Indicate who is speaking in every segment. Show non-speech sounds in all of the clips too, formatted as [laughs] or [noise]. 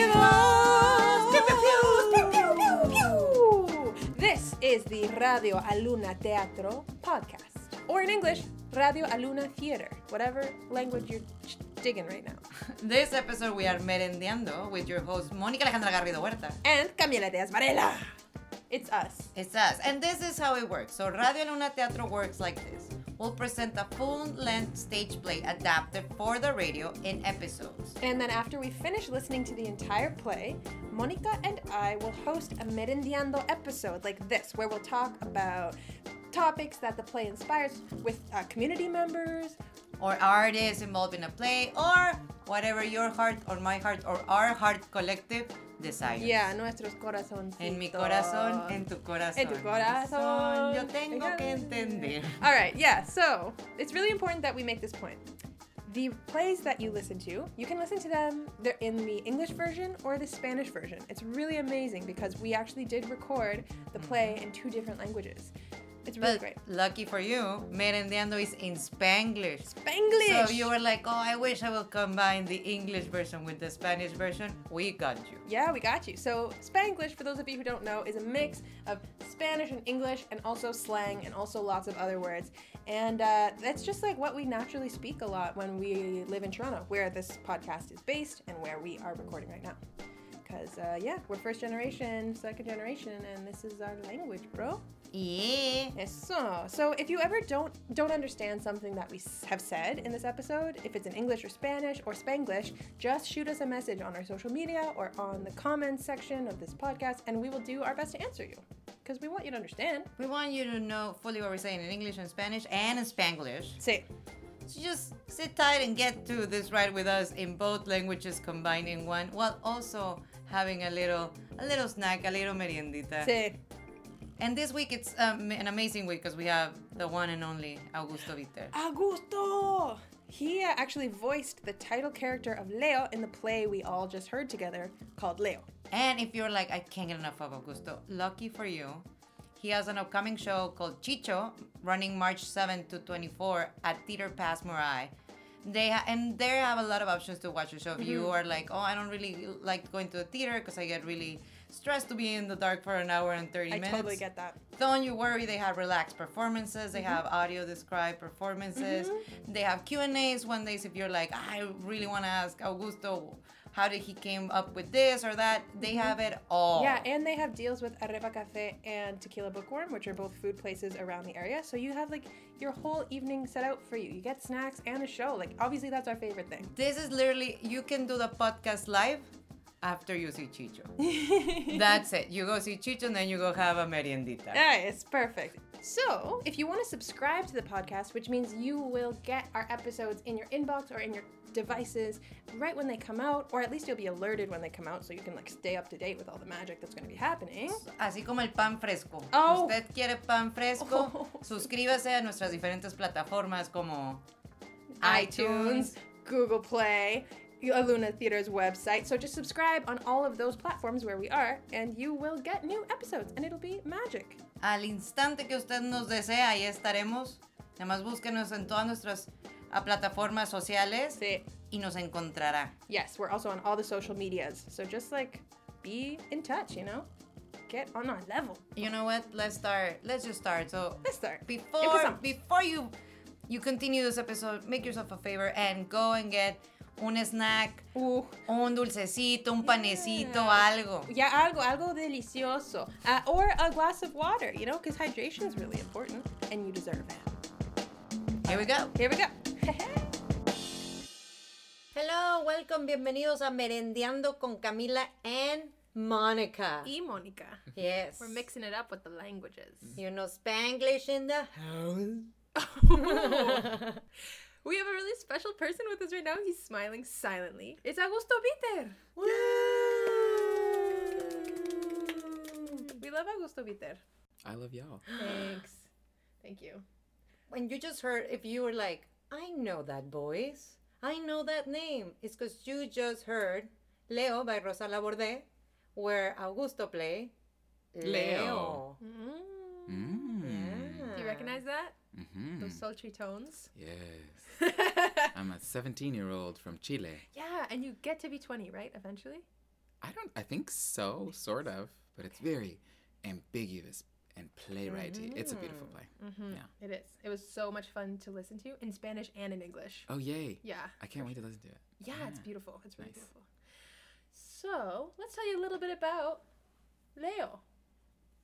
Speaker 1: Bienvenidos. Pew, pew, pew, pew, pew, pew. This is the Radio Aluna Teatro podcast, or in English, Radio Aluna Theater, whatever language you're ch- digging right now.
Speaker 2: This episode we are merendeando with your host Mónica Alejandra Garrido Huerta.
Speaker 1: And Camila de Asmarela. It's us.
Speaker 2: It's us, and this is how it works. So Radio Luna Teatro works like this. We'll present a full-length stage play adapted for the radio in episodes.
Speaker 1: And then after we finish listening to the entire play, Monica and I will host a Merendiando episode like this, where we'll talk about topics that the play inspires with uh, community members.
Speaker 2: Or artists involved in a play, or whatever your heart or my heart or our heart collective desires.
Speaker 1: Yeah, nuestros corazones.
Speaker 2: En mi corazón, en tu corazón.
Speaker 1: En tu corazón.
Speaker 2: Yo tengo que entender.
Speaker 1: All right, yeah, so it's really important that we make this point. The plays that you listen to, you can listen to them they're in the English version or the Spanish version. It's really amazing because we actually did record the play in two different languages. It's really
Speaker 2: But
Speaker 1: great.
Speaker 2: lucky for you, merendeando is in Spanglish.
Speaker 1: Spanglish!
Speaker 2: So you were like, oh, I wish I will combine the English version with the Spanish version. We got you.
Speaker 1: Yeah, we got you. So, Spanglish, for those of you who don't know, is a mix of Spanish and English and also slang and also lots of other words. And uh, that's just like what we naturally speak a lot when we live in Toronto, where this podcast is based and where we are recording right now. Because, uh, yeah, we're first generation, second generation, and this is our language, bro.
Speaker 2: Yeah.
Speaker 1: Eso. So if you ever don't don't understand something that we s- have said in this episode, if it's in English or Spanish or Spanglish, just shoot us a message on our social media or on the comments section of this podcast, and we will do our best to answer you because we want you to understand.
Speaker 2: We want you to know fully what we're saying in English and Spanish and in Spanglish.
Speaker 1: Say,
Speaker 2: So just sit tight and get to this ride with us in both languages combined in one, while also having a little, a little snack, a little meriendita.
Speaker 1: say,
Speaker 2: And this week it's um, an amazing week because we have the one and only Augusto Viter.
Speaker 1: Augusto. He uh, actually voiced the title character of Leo in the play we all just heard together called Leo.
Speaker 2: And if you're like, I can't get enough of Augusto, lucky for you, he has an upcoming show called Chicho, running March 7 to 24 at Theater Pass Morai. They ha- and there have a lot of options to watch the show. If
Speaker 1: Mm-hmm.
Speaker 2: you are like, oh, I don't really like going to the theater because I get really stressed to be in the dark for an hour and 30
Speaker 1: I
Speaker 2: minutes.
Speaker 1: totally get that.
Speaker 2: Don't you worry. They have relaxed performances. They have
Speaker 1: Mm-hmm.
Speaker 2: audio described performances. They have Q and A's one days if you're like, I really want to ask Augusto how did he came up with this or that. They have it all.
Speaker 1: Mm-hmm. Yeah, and they have deals with Arriba Cafe and Tequila Bookworm, which are both food places around the area. So you have like your whole evening set out for you. You get snacks and a show. Like obviously that's our favorite thing.
Speaker 2: this is literally you can do the podcast live after you see
Speaker 1: [laughs]
Speaker 2: Chicho. That's it. You go see Chicho and then you go have a meriendita.
Speaker 1: Yeah, it's perfect. So, if you want to subscribe to the podcast, which means you will get our episodes in your inbox or in your devices right when they come out, or at least you'll be alerted when they come out so you can like stay up to date with all the magic that's going to be happening.
Speaker 2: Así como el pan fresco.
Speaker 1: Oh.
Speaker 2: Si usted quiere pan fresco,
Speaker 1: [laughs] Oh.
Speaker 2: suscríbase a nuestras diferentes plataformas como
Speaker 1: iTunes, Google Play, Aluna Theater's website. So just subscribe on all of those platforms where we are, and you will get new episodes, and it'll be magic.
Speaker 2: Al instante que usted nos desee, ahí estaremos. Nada más búsquenos en todas nuestras ah, plataformas sociales
Speaker 1: Sí.
Speaker 2: y nos encontrará.
Speaker 1: Yes, we're also on all the social medias. So just like be in touch, you know? Get on our level.
Speaker 2: You know what? Let's start. Let's just start. So
Speaker 1: Let's start.
Speaker 2: before
Speaker 1: Empezamos.
Speaker 2: before you you continue this episode, make yourself a favor and go and get un snack,
Speaker 1: Ooh.
Speaker 2: un dulcecito, un panecito,
Speaker 1: Yeah.
Speaker 2: algo.
Speaker 1: Yeah, algo, algo delicioso. Uh, or a glass of water, you know, because hydration is really important, and you deserve it.
Speaker 2: Here we go.
Speaker 1: Here we go. [laughs]
Speaker 2: Hello, welcome, bienvenidos a Merendeando con Camila and Monica.
Speaker 1: e Monica.
Speaker 2: Yes.
Speaker 1: We're mixing it up with the languages. [laughs]
Speaker 2: You know Spanglish in the house.
Speaker 1: We have a really special person with us right now. He's smiling silently. It's Augusto Viter. We love Augusto [gasps] Viter.
Speaker 3: I love y'all.
Speaker 1: Thanks. Thank you.
Speaker 2: When you just heard, if you were like, I know that voice, I know that name, it's because you just heard Leo by Rosa Laborde, where Augusto play Leo.
Speaker 3: Leo.
Speaker 1: Mm.
Speaker 3: Mm.
Speaker 2: Yeah.
Speaker 1: Do you recognize that? [laughs]
Speaker 3: hmm
Speaker 1: Those sultry tones.
Speaker 3: Yes. I'm a 17 year old from Chile.
Speaker 1: yeah, and you get to be 20, right? Eventually?
Speaker 3: I don't. I think so, sort of, but it's very ambiguous and playwrighty. It's a beautiful play.
Speaker 1: Mm-hmm.
Speaker 3: Yeah.
Speaker 1: It is. It was so much fun to listen to in Spanish and in English.
Speaker 3: Oh yay!
Speaker 1: Yeah.
Speaker 3: I can't wait to listen to it.
Speaker 1: Yeah, it's beautiful. It's really
Speaker 3: Nice.
Speaker 1: beautiful. So, let's tell you a little bit about Leo.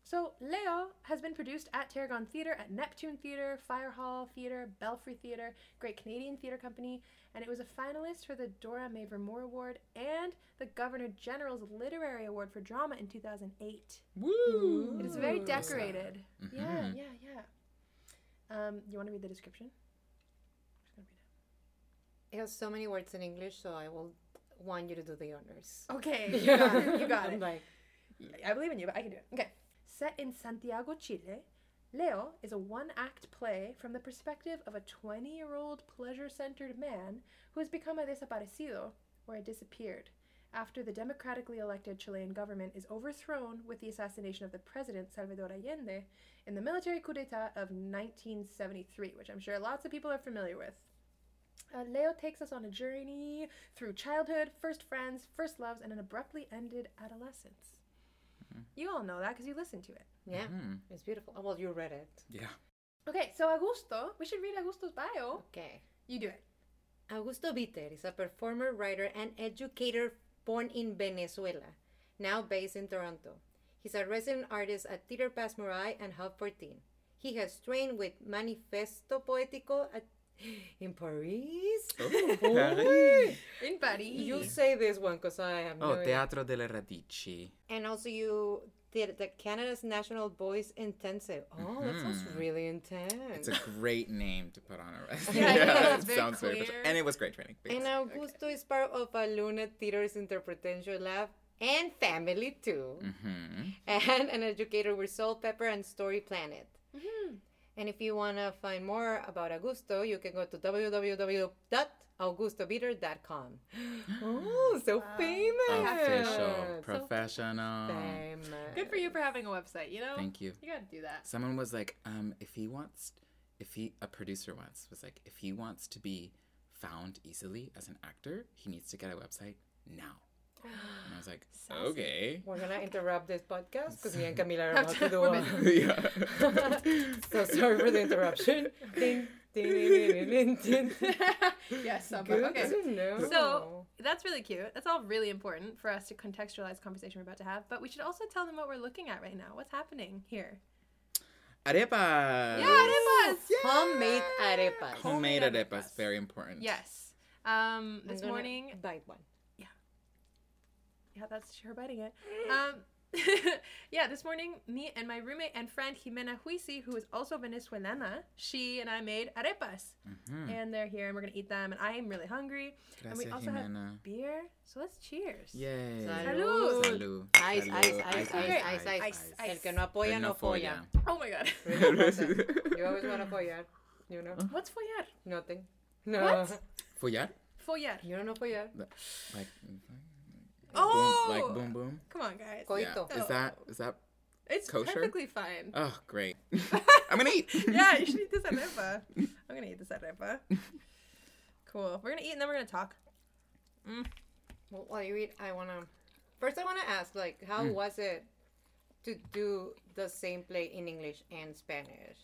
Speaker 1: So, Leo has been produced at Tarragon Theatre, at Neptune Theatre, Fire Hall Theatre, Belfry Theatre, Great Canadian Theatre Company, and it was a finalist for the Dora Mae Vermore Award and the Governor General's Literary Award for Drama in 2008.
Speaker 3: Woo!
Speaker 1: It is very
Speaker 4: Ooh.
Speaker 1: decorated. Yeah,
Speaker 3: Mhm.
Speaker 1: yeah, yeah. Um, you want to read the description? I'm just
Speaker 2: It has so many words in English, so I will want you to do the honors.
Speaker 1: gonna read
Speaker 2: [laughs]
Speaker 1: it. Okay, [laughs] you got it. You got
Speaker 2: I'm
Speaker 1: it.
Speaker 2: like,
Speaker 1: I believe in you, but I can do it. Okay. Set in Santiago, Chile, Leo is a one act play from the perspective of a 20 year old pleasure centered man who has become a desaparecido, or a disappeared, after the democratically elected Chilean government is overthrown with the assassination of the president, Salvador Allende, in the military coup d'etat of 1973, which I'm sure lots of people are familiar with. Uh, Leo takes us on a journey through childhood, first friends, first loves, and an abruptly ended adolescence. You all know that because you listened to it.
Speaker 2: yeah,
Speaker 3: Mhm.
Speaker 2: it's beautiful. Oh, well, you read it.
Speaker 3: Yeah.
Speaker 1: Okay, so Augusto, we should read Augusto's bio.
Speaker 2: Okay.
Speaker 1: You do it.
Speaker 2: Augusto Viter is a performer, writer, and educator born in Venezuela, now based in Toronto. He's a resident artist at Theatre Pass Moray and Hub 14. He has trained with Manifesto Poético at, [gasps] in Paris. [laughs]
Speaker 3: [laughs] Oh,
Speaker 2: Ooh.
Speaker 3: Paris.
Speaker 1: In [laughs] Paris.
Speaker 2: You say this one because I am.
Speaker 3: Oh, Teatro delle Radici.
Speaker 2: And also, you did the Canada's National Voice Intensive. Oh, that sounds
Speaker 3: Mm.
Speaker 2: really intense.
Speaker 3: It's a great name to put on a
Speaker 1: [laughs]
Speaker 3: resume.
Speaker 1: Yeah, yeah, it's
Speaker 3: it
Speaker 1: very
Speaker 3: sounds very
Speaker 1: clear.
Speaker 3: professional. And it was great training. Thanks.
Speaker 2: And Augusto is part of a Luna Theater's Interpretation Lab and family too,
Speaker 3: hmm
Speaker 2: and an educator with Soul Pepper and Story Planet. And if you want to find more about Augusto, you can go to www.augustobiter.com. Oh, so famous!
Speaker 3: Official,
Speaker 2: So
Speaker 3: professional.
Speaker 2: famous.
Speaker 1: Good for you for having a website, you know?
Speaker 3: Thank you.
Speaker 1: You gotta do [gasps] that. [laughs]
Speaker 3: Someone was like, um, if he wants, if he, a producer once was like, if he wants to be found easily as an actor, he needs to get a website now. And I was like, okay. [laughs]
Speaker 2: We're going to interrupt this podcast because me and Camila are about to
Speaker 1: [laughs]
Speaker 2: do
Speaker 1: We're
Speaker 2: a-
Speaker 3: yeah.
Speaker 2: [laughs] so sorry for
Speaker 1: [laughs]
Speaker 2: the interruption. Ding, ding, ding, ding, ding, ding, ding.
Speaker 1: yes, some
Speaker 2: Good
Speaker 1: Okay.
Speaker 2: to know.
Speaker 1: So that's really cute. That's all really important for us to contextualize the conversation we're about to have. But we should also tell them what we're looking at right now. What's happening here?
Speaker 3: [laughs] Arepas.
Speaker 1: Yeah, arepas.
Speaker 2: homemade arepas.
Speaker 3: Homemade
Speaker 1: Homemade
Speaker 3: arepas,
Speaker 1: arepas.
Speaker 3: very important.
Speaker 1: Yes. Um,
Speaker 2: I'm
Speaker 1: this
Speaker 2: gonna
Speaker 1: morning,
Speaker 2: bite one.
Speaker 1: Yeah, that's her biting it. Um, [laughs] yeah, this morning, me and my roommate and friend Jimena Huisi, who is also Venezuelana, she and I made arepas.
Speaker 3: Hmm.
Speaker 1: And they're here, and we're going to eat them. And I am really hungry. and we
Speaker 3: Mm-hmm. Gracias,
Speaker 1: also have
Speaker 3: Jimena.
Speaker 1: beer. So let's cheers.
Speaker 3: Yay.
Speaker 1: Salud.
Speaker 3: Salud.
Speaker 2: Ice, ice,
Speaker 3: Salud.
Speaker 2: ice,
Speaker 1: ice,
Speaker 2: ice, ice.
Speaker 1: Ice, ice.
Speaker 2: El que no apoya
Speaker 3: El
Speaker 2: no folla.
Speaker 1: Oh my God. [laughs]
Speaker 3: [laughs]
Speaker 2: You always want to follar, you know?
Speaker 1: What's follar?
Speaker 2: Nothing. No.
Speaker 1: What?
Speaker 3: Follar?
Speaker 1: Follar.
Speaker 2: [laughs] You don't know follar.
Speaker 3: Like,
Speaker 1: Oh!
Speaker 3: boom, like boom, boom.
Speaker 1: Come on, guys.
Speaker 3: Yeah.
Speaker 2: Coito.
Speaker 3: Is that is that?
Speaker 1: It's
Speaker 3: Kosher?
Speaker 1: perfectly
Speaker 3: [laughs]
Speaker 1: fine.
Speaker 3: Oh,
Speaker 1: [laughs]
Speaker 3: great. I'm gonna eat.
Speaker 1: yeah, you should eat this
Speaker 3: [laughs]
Speaker 1: arepa. I'm going to eat this arepa. Cool. We're going to eat, and then we're going to talk.
Speaker 2: Well, while you eat, I want to. First, I want to ask, like, how was it to do the same play in English and Spanish?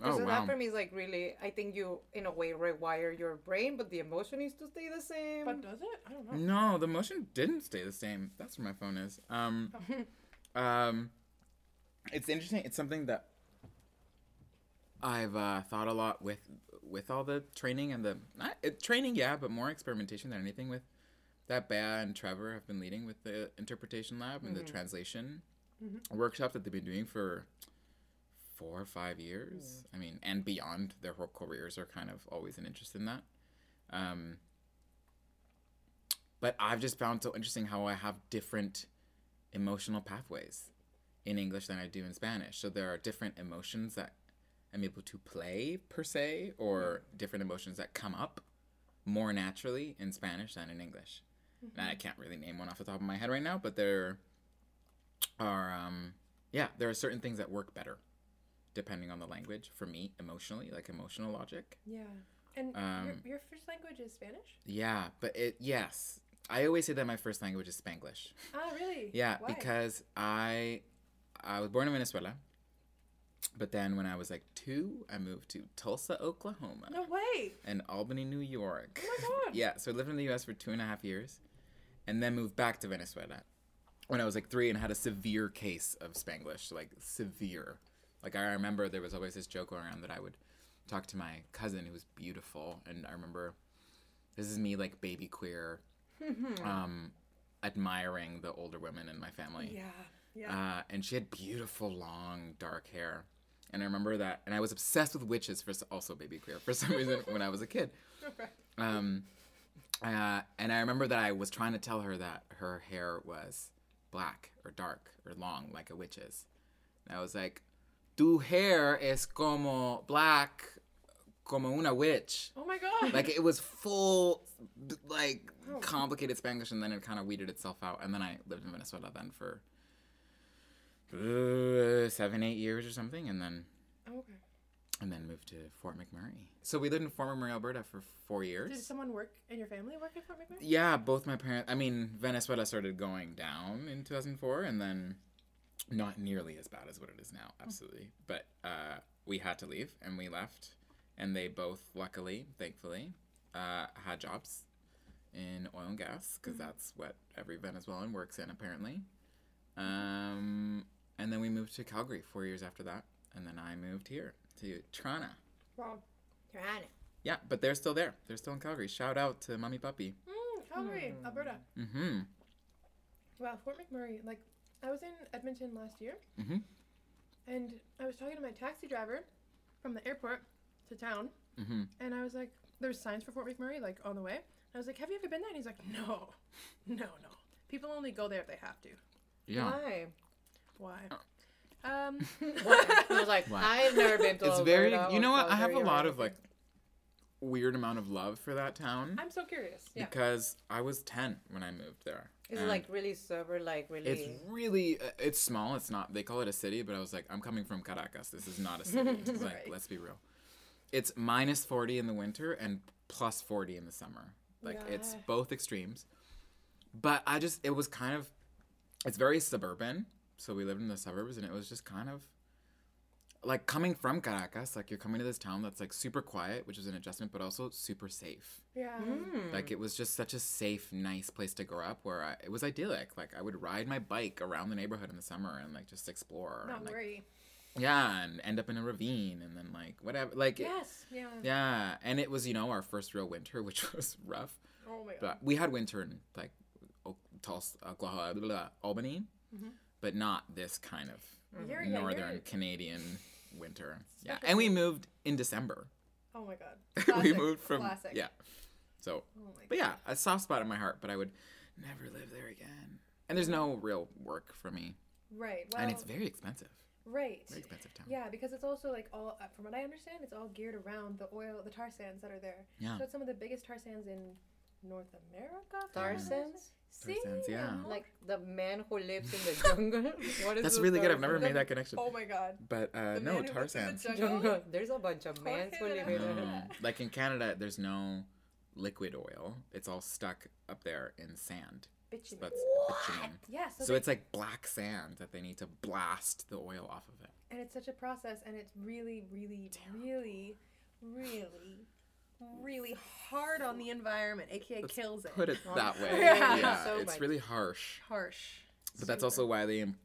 Speaker 3: Oh
Speaker 2: so
Speaker 3: wow.
Speaker 2: that for me is like really, I think you in a way rewire your brain, but the emotion needs to stay the same.
Speaker 1: does it? I don't know.
Speaker 3: No, the motion didn't stay the same. That's where my phone is. Um, um, it's interesting. It's something that I've uh, thought a lot with with all the training and the not, it, training, yeah, but more experimentation than anything with that. Bea and Trevor have been leading with the interpretation lab and the translation workshop that they've been doing for four or five years. I mean, and beyond. Their whole careers are kind of always an interest in that. Um, but I've just found so interesting how I have different emotional pathways in English than I do in Spanish. So there are different emotions that I'm able to play per se, or different emotions that come up more naturally in Spanish than in English. And I can't really name one off the top of my head right now, but there are, um, yeah, there are certain things that work better depending on the language for me emotionally, like emotional logic.
Speaker 1: Yeah. And your,
Speaker 3: Um,
Speaker 1: your first language is Spanish?
Speaker 3: yeah, but it yes, I always say that my first language is Spanglish.
Speaker 1: Ah, really?
Speaker 3: Yeah,
Speaker 1: Why?
Speaker 3: because I I was born in Venezuela, but then when I was like two, I moved to Tulsa, Oklahoma,
Speaker 1: No way.
Speaker 3: and Albany, New York.
Speaker 1: Oh my God.
Speaker 3: yeah, so I lived in the U.S. for two and a half years, and then moved back to Venezuela when I was like three and had a severe case of Spanglish, like severe. Like I remember there was always this joke going around that I would talk to my cousin who was beautiful, and I remember this is me like baby queer, um, admiring the older women in my family.
Speaker 1: Yeah. Yeah.
Speaker 3: Uh, and she had beautiful, long, dark hair. And I remember that. And I was obsessed with witches for s- also baby queer for some reason when I was a kid. Um, uh, and I remember that I was trying to tell her that her hair was black or dark or long like a witch's. And I was like, "Tu hair es como black, como una witch."
Speaker 1: oh my god.
Speaker 3: like it was full b- like complicated spanish and then it kind of weeded itself out and then i lived in venezuela then for uh, seven eight years or something and then
Speaker 1: Oh, okay.
Speaker 3: and then moved to fort mcmurray so we lived in fort mcmurray alberta for four
Speaker 1: Did
Speaker 3: years
Speaker 1: someone work in your family work at Fort McMurray?
Speaker 3: yeah both my parents i mean venezuela started going down in 2004 and then not nearly as bad as what it is now absolutely but uh, we had to leave and we left and they both luckily thankfully uh, had jobs in oil and gas because that's what every venezuelan works in apparently um, and then we moved to calgary four years after that and then i moved here to toronto
Speaker 1: Wow.
Speaker 2: Toronto.
Speaker 3: yeah but they're still there they're still in calgary shout out to mommy puppy
Speaker 1: Mm, Calgary, Alberta.
Speaker 3: mm-hmm
Speaker 1: Wow, Fort McMurray. Like, I was in Edmonton last year,
Speaker 3: Mhm.
Speaker 1: and I was talking to my taxi driver from the airport to town,
Speaker 3: mm-hmm
Speaker 1: and I was like, "There's signs for Fort McMurray, like on the way." And I was like, "Have you ever been there?" And he's like, "No, [laughs] no, no. People only go there if they have to.
Speaker 3: yeah
Speaker 2: Why?
Speaker 1: Why?"
Speaker 3: Oh. [laughs]
Speaker 1: Um,
Speaker 2: Why? I was like,
Speaker 3: Why?
Speaker 2: I've never been to
Speaker 3: it's very
Speaker 2: Alberta
Speaker 3: you
Speaker 2: or
Speaker 3: know what i have a
Speaker 2: Calgary or
Speaker 3: lot of like
Speaker 2: anything.
Speaker 3: weird amount of love for that town
Speaker 1: [laughs] I'm so curious. Yeah.
Speaker 3: because i was 10 when i moved there
Speaker 2: Is it
Speaker 3: And
Speaker 2: like really sober, like really?
Speaker 3: um, it's really uh, it's small it's not they call it a city but i was like i'm coming from caracas this is not
Speaker 1: [laughs]
Speaker 3: a city like
Speaker 1: Right.
Speaker 3: let's be real it's minus 40 in the winter and plus 40 in the summer like it's
Speaker 1: Yeah.
Speaker 3: both extremes but i just it was kind of it's very suburban so we lived in the suburbs and it was just kind of like coming from Caracas, like you're coming to this town that's like super quiet, which is an adjustment, but also super safe.
Speaker 1: Yeah. Mm-hmm.
Speaker 2: Mm.
Speaker 1: Mm.
Speaker 3: Like it was just such a safe, nice place to grow up where I, it was idyllic. Like I would ride my bike around the neighborhood in the summer and like just explore.
Speaker 1: Not
Speaker 3: and, like,
Speaker 1: worry.
Speaker 3: yeah, and end up in a ravine and then like whatever. Like it-
Speaker 1: Yes. Yeah.
Speaker 3: yeah, and it was you know our first real winter, [laughs] which was rough,
Speaker 1: Oh my god.
Speaker 3: but we had winter in like O- Tulsa, Oklahoma, blah, blah, blah, Albany, but not this kind of
Speaker 1: Mm-hmm. You're, yeah,
Speaker 3: northern
Speaker 1: You're,
Speaker 3: Canadian winter. Yeah, and we moved in December. [laughs]
Speaker 1: oh my god.
Speaker 3: we
Speaker 1: Classic.
Speaker 3: moved from
Speaker 1: classic.
Speaker 3: yeah. So,
Speaker 1: Oh my
Speaker 3: but yeah, a soft spot in my heart, but I would never live there again. And there's no real work for me,
Speaker 1: Right. Well.
Speaker 3: and it's very expensive.
Speaker 1: right.
Speaker 3: Very expensive town.
Speaker 1: Yeah, because it's also like all, uh, from what I understand, it's all geared around the oil, the tar sands that are there.
Speaker 3: Yeah.
Speaker 1: So it's some of the biggest tar sands in North America. if I'm
Speaker 2: Tar
Speaker 3: mm.
Speaker 1: not
Speaker 2: sands?
Speaker 1: mistaken.
Speaker 3: Tar sands,
Speaker 1: See?
Speaker 3: yeah.
Speaker 1: I'm all-
Speaker 2: Like the man who lives in the jungle. [laughs] what is
Speaker 3: That's
Speaker 2: the
Speaker 3: really good.
Speaker 2: tar
Speaker 3: I've never
Speaker 2: sands?
Speaker 3: made that connection.
Speaker 1: Oh my god.
Speaker 3: But uh,
Speaker 1: The
Speaker 3: no,
Speaker 1: man who
Speaker 3: tar
Speaker 1: lives in the
Speaker 3: sands.
Speaker 1: jungle?
Speaker 2: [laughs] Jungle. There's a bunch of mans who live in
Speaker 1: Jorge.
Speaker 2: there.
Speaker 3: No. [laughs] Like in Canada, there's no liquid oil. It's all stuck up there in sand.
Speaker 1: Bitchin'.
Speaker 3: That's bitumen.
Speaker 1: Yeah, so,
Speaker 3: So
Speaker 1: they-
Speaker 3: it's like black sand that they need to blast the oil off of it.
Speaker 1: and it's such a process, and it's really, really, really, really, really hard on the environment, aka
Speaker 3: Let's
Speaker 1: kills it.
Speaker 3: Put it
Speaker 1: [laughs]
Speaker 3: that way.
Speaker 1: Yeah.
Speaker 3: Yeah,
Speaker 2: So
Speaker 3: it's
Speaker 2: much.
Speaker 3: really harsh. [laughs]
Speaker 1: harsh.
Speaker 3: But that's also why they Im-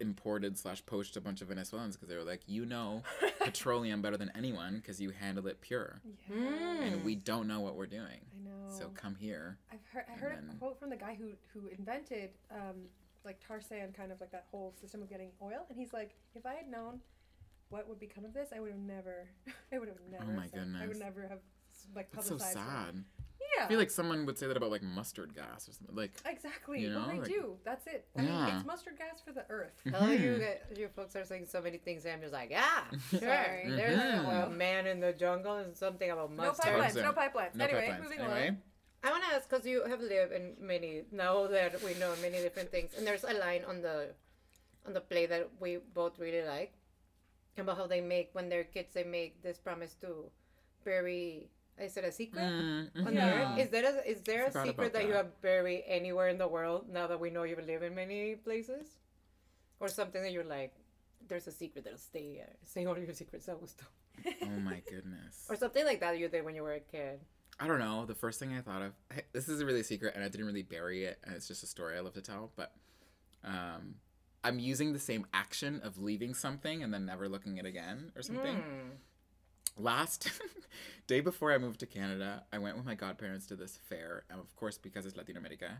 Speaker 3: imported slash poached a bunch of Venezuelans because they were like, you know, petroleum better than anyone because you handle it pure,
Speaker 1: Yeah.
Speaker 3: and
Speaker 1: Hmm.
Speaker 3: we don't know what we're doing.
Speaker 1: I know.
Speaker 3: So come here.
Speaker 1: I've heard I
Speaker 3: And
Speaker 1: heard a
Speaker 3: then-
Speaker 1: quote from the guy who who invented um, like tar sand, kind of like that whole system of getting oil, and he's like, if I had known what would become of this, I would have never, [laughs] I would have never.
Speaker 3: Oh my
Speaker 1: said- I would
Speaker 3: goodness.
Speaker 1: never have like
Speaker 3: That's so
Speaker 1: publicized. it."
Speaker 3: sad.
Speaker 1: Yeah.
Speaker 3: I feel like someone would say that about like mustard gas or something. Like
Speaker 1: exactly.
Speaker 3: you
Speaker 1: well,
Speaker 3: know,
Speaker 1: they
Speaker 3: like-
Speaker 1: do. That's it. I mean,
Speaker 3: Yeah.
Speaker 1: it's mustard gas for the earth.
Speaker 3: [laughs]
Speaker 2: Hello, Oh,
Speaker 3: mm-hmm.
Speaker 2: you guys- you folks are saying so many things, and I'm just like,
Speaker 3: [laughs]
Speaker 2: ah, sure.
Speaker 1: Sorry.
Speaker 2: There's a
Speaker 3: Mhm.
Speaker 2: man in the jungle and something about
Speaker 1: No
Speaker 2: mustard.
Speaker 1: pipelines.
Speaker 3: Sorry.
Speaker 1: No pipelines.
Speaker 3: no
Speaker 1: anyway,
Speaker 3: pipelines.
Speaker 1: moving
Speaker 3: Anyway,
Speaker 1: along.
Speaker 2: I want to ask because you have lived in many. Now that we know many different things, and there's a line on the on the play that we both really like about how they make when they're kids they make this promise to bury. I Is it a secret?
Speaker 3: Mm,
Speaker 2: On
Speaker 3: mhm.
Speaker 2: the earth? Is there a, is there a
Speaker 3: Forgot
Speaker 2: secret
Speaker 3: about
Speaker 2: that you
Speaker 3: that.
Speaker 2: have buried anywhere in the world now that we know you live in many places? Or something that you're like, there's a secret that'll stay here. Say all your secrets, Augusto.
Speaker 3: Oh my goodness.
Speaker 2: Or something like that you did when you were a kid.
Speaker 3: I don't know. The first thing I thought of, I, this is really secret, and I didn't really bury it, and it's just a story I love to tell. But um, I'm using the same action of leaving something and then never looking it again or something.
Speaker 2: Mm. Hmm.
Speaker 3: Last [laughs] day before I moved to Canada, I went with my godparents to this fair, and of course, because it's Latin America.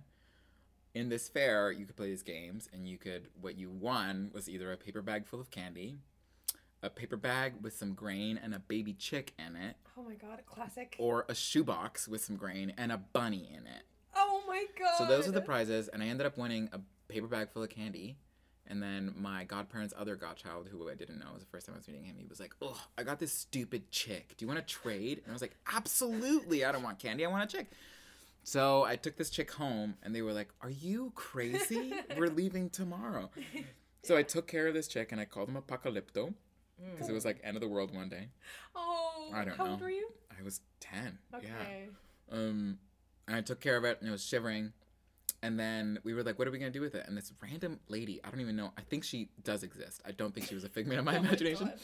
Speaker 3: In this fair, you could play these games, and you could what you won was either a paper bag full of candy, a paper bag with some grain and a baby chick in it,
Speaker 1: Oh my god, classic.
Speaker 3: or a shoebox with some grain and a bunny in it.
Speaker 1: Oh my god.
Speaker 3: So those are the prizes, and I ended up winning a paper bag full of candy. And then my godparents' other godchild, who I didn't know it was the first time I was meeting him, he was like, "Oh, I got this stupid chick. Do you want to trade?" And I was like, "Absolutely! I don't want candy. I want a chick." So I took this chick home, and they were like, "Are you crazy? We're leaving tomorrow." So I took care of this chick, and I called him Apocalypto
Speaker 2: Hmm.
Speaker 3: because it was like end of the world one day.
Speaker 1: [laughs] Oh,
Speaker 3: I don't
Speaker 1: how old
Speaker 3: know.
Speaker 1: were you?
Speaker 3: I was ten.
Speaker 1: Okay.
Speaker 3: Yeah. Um, and I took care of it, and it was shivering. And then we were like, "What are we gonna do with it?" And this random lady—I don't even know. I think she does exist. I don't think she was a
Speaker 1: [laughs]
Speaker 3: figment of my imagination.
Speaker 1: Oh God.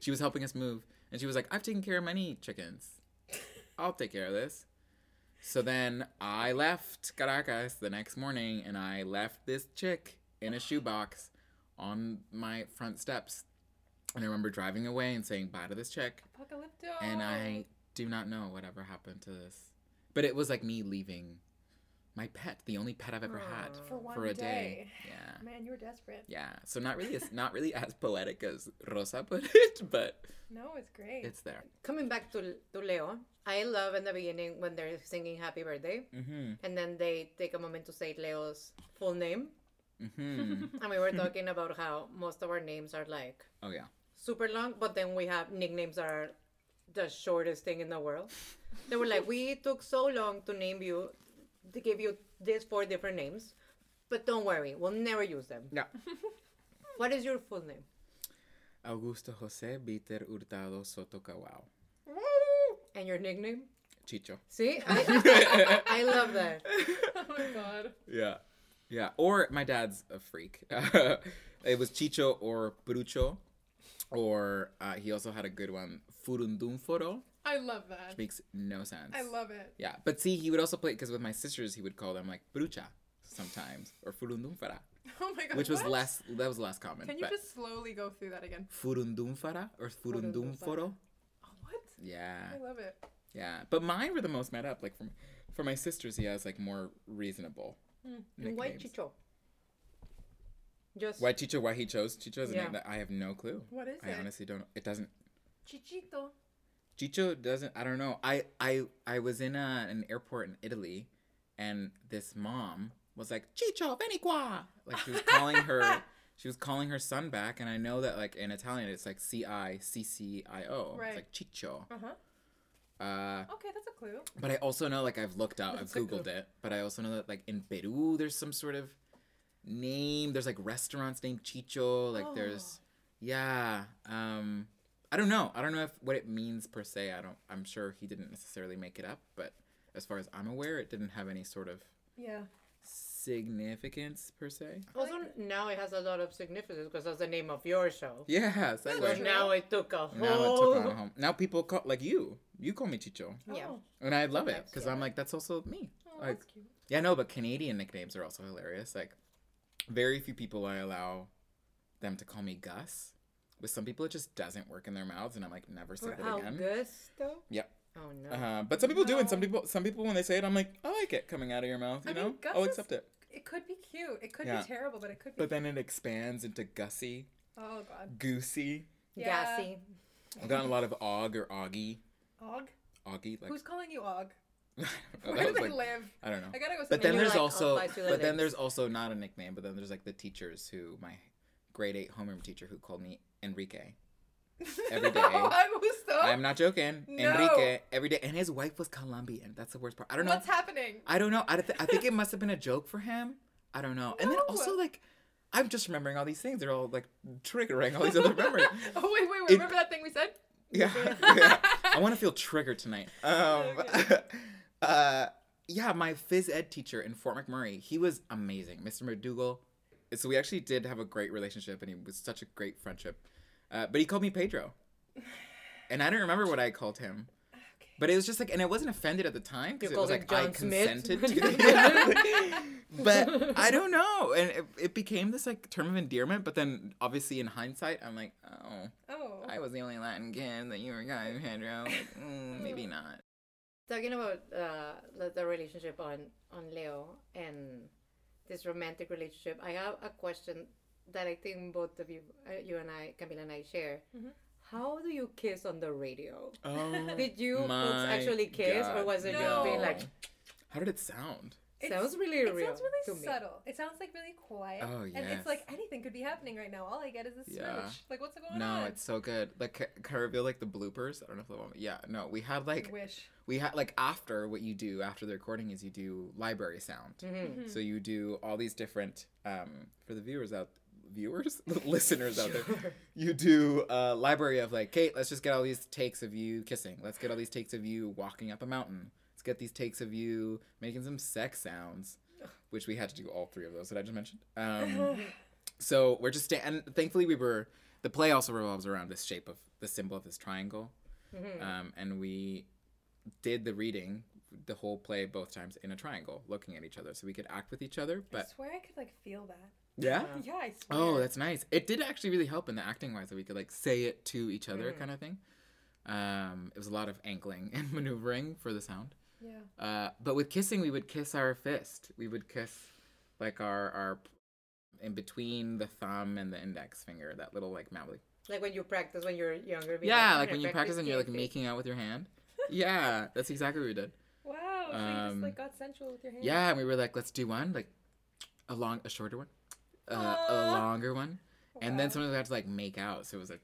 Speaker 3: she was helping us move, and she was like, "I've taken care of many chickens. I'll take care of this." So then I left Caracas the next morning, and I left this chick in a shoebox on my front steps. And I remember driving away and saying bye to this chick
Speaker 1: Apocalypto.
Speaker 3: and I do not know whatever happened to this. But it was like me leaving my pet, the only pet I've ever had
Speaker 1: for one
Speaker 3: for a
Speaker 1: day.
Speaker 3: day. Yeah.
Speaker 1: Man, you were desperate.
Speaker 3: Yeah. So not really as not really as poetic as Rosa put [laughs] it, but
Speaker 1: No, it's great. [laughs]
Speaker 3: it's there.
Speaker 2: Coming back to, to Leo, I love in the beginning when they're singing happy birthday
Speaker 3: Mhm.
Speaker 2: and then they take a moment to say Leo's full name.
Speaker 1: [laughs]
Speaker 3: Mhm.
Speaker 2: And we were talking about how most of our names are like
Speaker 3: oh yeah.
Speaker 2: super long, but then we have nicknames that are the shortest thing in the world. They were like, we took so long to name you, to give you these four different names, but don't worry, we'll never use them.
Speaker 3: Yeah.
Speaker 2: [laughs] What is your full name?
Speaker 3: Augusto Jose Biter Hurtado Soto Cawao.
Speaker 1: Oh
Speaker 2: And your nickname?
Speaker 3: Chicho.
Speaker 2: See, I, I love that.
Speaker 1: oh my god.
Speaker 3: Yeah. Yeah. Or my dad's a freak. [laughs] it was Chicho or Brucho. Or uh, he also had a good one, Furundunforo.
Speaker 1: I love that.
Speaker 3: Makes no sense.
Speaker 1: I love it. [laughs]
Speaker 3: Yeah, but see, he would also play because with my sisters, he would call them like brucha sometimes or furundumfara,
Speaker 1: Oh my god.
Speaker 3: which was
Speaker 1: what?
Speaker 3: less that was less common.
Speaker 1: Can you
Speaker 3: but
Speaker 1: just slowly go through that again?
Speaker 3: furundumfara or furundumforo?
Speaker 1: Oh, what?
Speaker 3: Yeah,
Speaker 1: I love it.
Speaker 3: yeah. But mine were the most met up. Like from for my sisters, he has like more reasonable.
Speaker 1: Hmm,
Speaker 3: nicknames.
Speaker 2: Why Chicho? Just
Speaker 3: Why Chicho? Why he chose Chicho is a
Speaker 2: Yeah.
Speaker 3: name that I have no clue.
Speaker 1: What is
Speaker 3: I
Speaker 1: it?
Speaker 3: honestly don't. It doesn't.
Speaker 1: Chichito.
Speaker 3: Chicho doesn't. I don't know. I I I was in a, an airport in Italy, and this mom was like Chicho vieni qua. Like she was calling her. she was calling her son back, and I know that like in Italian it's like C I C C I O.
Speaker 1: Right.
Speaker 3: It's like Chicho.
Speaker 1: Uh huh.
Speaker 3: Uh,
Speaker 1: Okay, that's a clue.
Speaker 3: but I also know like I've looked up, I've
Speaker 2: That's a
Speaker 3: googled it, but I also know that like in Peru there's some sort of name. There's like restaurants named Chicho. Like there's yeah. Um I don't know. I don't know if what it means per se. I don't I'm sure he didn't necessarily make it up, but as far as I'm aware, it didn't have any sort of
Speaker 1: Yeah.
Speaker 3: significance per se.
Speaker 2: also now it has a lot of significance because that's the name of your show.
Speaker 3: Yeah,
Speaker 2: But
Speaker 3: segue.
Speaker 2: now it took a whole.
Speaker 3: Now it took
Speaker 2: Oh.
Speaker 3: on a home. Now people call like you. You call me Chicho.
Speaker 2: Yeah.
Speaker 1: Oh,
Speaker 3: And I love it
Speaker 2: Sometimes,
Speaker 3: because
Speaker 2: yeah.
Speaker 3: I'm like, that's also me.
Speaker 1: oh,
Speaker 3: Like,
Speaker 1: that's cute.
Speaker 3: Yeah, no, but Canadian nicknames are also hilarious. Like, very few people I allow them to call me Gus. With some people, it just doesn't work in their mouths, and I'm like, never say
Speaker 2: For
Speaker 3: that again.
Speaker 2: Augusto?
Speaker 3: Yep.
Speaker 2: Oh no.
Speaker 3: Uh, but some people do, and some
Speaker 1: No.
Speaker 3: people, some people when they say it, I'm like, I like it coming out of your mouth. You
Speaker 1: I mean,
Speaker 3: know,
Speaker 1: Gus
Speaker 3: I'll
Speaker 1: is-
Speaker 3: accept it.
Speaker 1: It could be cute. It could
Speaker 3: Yeah.
Speaker 1: be terrible, but it could be.
Speaker 3: But then it expands into Gussie,
Speaker 1: oh god.
Speaker 3: Goosey.
Speaker 1: Yeah.
Speaker 2: Gassy.
Speaker 3: I've gotten a lot of Og or Augie,
Speaker 1: Og.
Speaker 3: Augie. Like,
Speaker 1: Who's calling you Og? [laughs]
Speaker 3: I don't know,
Speaker 1: Where
Speaker 3: [laughs] that
Speaker 1: do
Speaker 3: was
Speaker 1: they
Speaker 3: like-
Speaker 1: live?
Speaker 3: I don't know.
Speaker 1: I gotta go.
Speaker 3: But then
Speaker 1: somewhere.
Speaker 2: you're
Speaker 3: there's
Speaker 2: like,
Speaker 3: also,
Speaker 2: "Apply to the
Speaker 3: but then
Speaker 2: lips."
Speaker 3: there's also not a nickname. But then there's like the teachers who my grade eight homeroom teacher who called me Enrique.
Speaker 1: [laughs]
Speaker 3: every day.
Speaker 1: no, I'm so.
Speaker 3: I'm not joking.
Speaker 1: Oh, No.
Speaker 3: Enrique every day, and his wife was Colombian. That's the worst part. I don't know.
Speaker 1: What's happening?
Speaker 3: I don't know. I, th- I think it must have been a joke for him. I don't know. And then
Speaker 1: No.
Speaker 3: also like, I'm just remembering all these things. They're all like triggering all these other memories.
Speaker 1: Oh wait, wait, wait.
Speaker 3: It-
Speaker 1: Remember that thing we said?
Speaker 3: Yeah. [laughs] yeah. I want to feel triggered tonight. Um, [laughs] uh, yeah, my phys ed teacher in Fort McMurray, he was amazing. Mr. McDougall. So we actually did have a great relationship and it was such a great friendship. Uh, but he called me Pedro.
Speaker 2: [sighs]
Speaker 3: And I don't remember what I called him. But it was just like, and I wasn't offended at the time because
Speaker 2: You
Speaker 3: it was
Speaker 2: called him
Speaker 3: like I
Speaker 2: John Smith?
Speaker 3: consented to it.
Speaker 2: [laughs]
Speaker 3: [laughs] but I don't know, and it, it became this like term of endearment. But then, obviously, in hindsight, I'm like, oh,
Speaker 1: Oh.
Speaker 3: I was the only Latin kid that you were guy, Pedro. Like, mm, maybe not.
Speaker 2: Talking about uh, the- the relationship on, on Leo and this romantic relationship, I have a question that I think both of you, uh, you and I, Camila and I, share. How do you kiss on the radio?
Speaker 3: [laughs] Oh,
Speaker 2: Did you folks actually kiss, or was it just
Speaker 1: No.
Speaker 2: being like,
Speaker 3: How did it sound?
Speaker 1: It's-
Speaker 2: sounds really
Speaker 1: It
Speaker 2: real
Speaker 1: sounds really
Speaker 2: to me.
Speaker 1: subtle. It sounds like really quiet.
Speaker 3: Oh,
Speaker 1: And
Speaker 3: yes.
Speaker 1: it's like anything could be happening right now. All I get is this
Speaker 3: Yeah.
Speaker 1: smooch. Like what's going
Speaker 3: No,
Speaker 1: on?
Speaker 3: it's so good. Like, ca- can I reveal like the bloopers? I don't know if the one. Yeah, no, we had like
Speaker 1: wish.
Speaker 3: we had like after what you do after the recording is you do library sound.
Speaker 2: Mm-hmm.
Speaker 3: mm,
Speaker 1: Mm-hmm. [sighs]
Speaker 3: So you do all these different um, for the viewers out viewers [laughs] listeners out
Speaker 2: [laughs]
Speaker 3: there. You do a library of like, Kate, let's just get all these takes of you kissing. Let's get all these takes of you walking up a mountain. Let's get these takes of you making some sex sounds, which we had to do all three of those that I just mentioned.
Speaker 1: [laughs]
Speaker 3: Um, so we're just sta- and thankfully we were the play also revolves around this shape of the symbol of this triangle.
Speaker 2: Mm-hmm. Mm.
Speaker 3: Um, and we did the reading the whole play both times in a triangle looking at each other so we could act with each other
Speaker 1: I
Speaker 3: but
Speaker 1: swear I could like feel that.
Speaker 3: yeah
Speaker 1: Yeah, I swear.
Speaker 3: oh that's nice it did actually really help in the acting wise that we could like say it to each other kind of thing um it was a lot of ankling [laughs] and maneuvering for the sound
Speaker 1: yeah.
Speaker 3: uh but with kissing we would kiss our fist we would kiss like our our in between the thumb and the index finger that little like mouth
Speaker 2: Like when you practice when you're younger. be "Oh,
Speaker 3: yeah
Speaker 2: "I'm
Speaker 3: like
Speaker 2: gonna
Speaker 3: when you practice and you're like
Speaker 2: kissing."
Speaker 3: making out with your [laughs] hand yeah that's exactly what we did
Speaker 1: Wow. So you just
Speaker 3: Um,
Speaker 1: like got sensual with your hands.
Speaker 3: Yeah, and we were like, let's do one, like a long, a shorter one, uh, a
Speaker 1: Aw.
Speaker 3: longer one,
Speaker 1: Oh,
Speaker 3: and then sometimes we had to like make out. So it was like,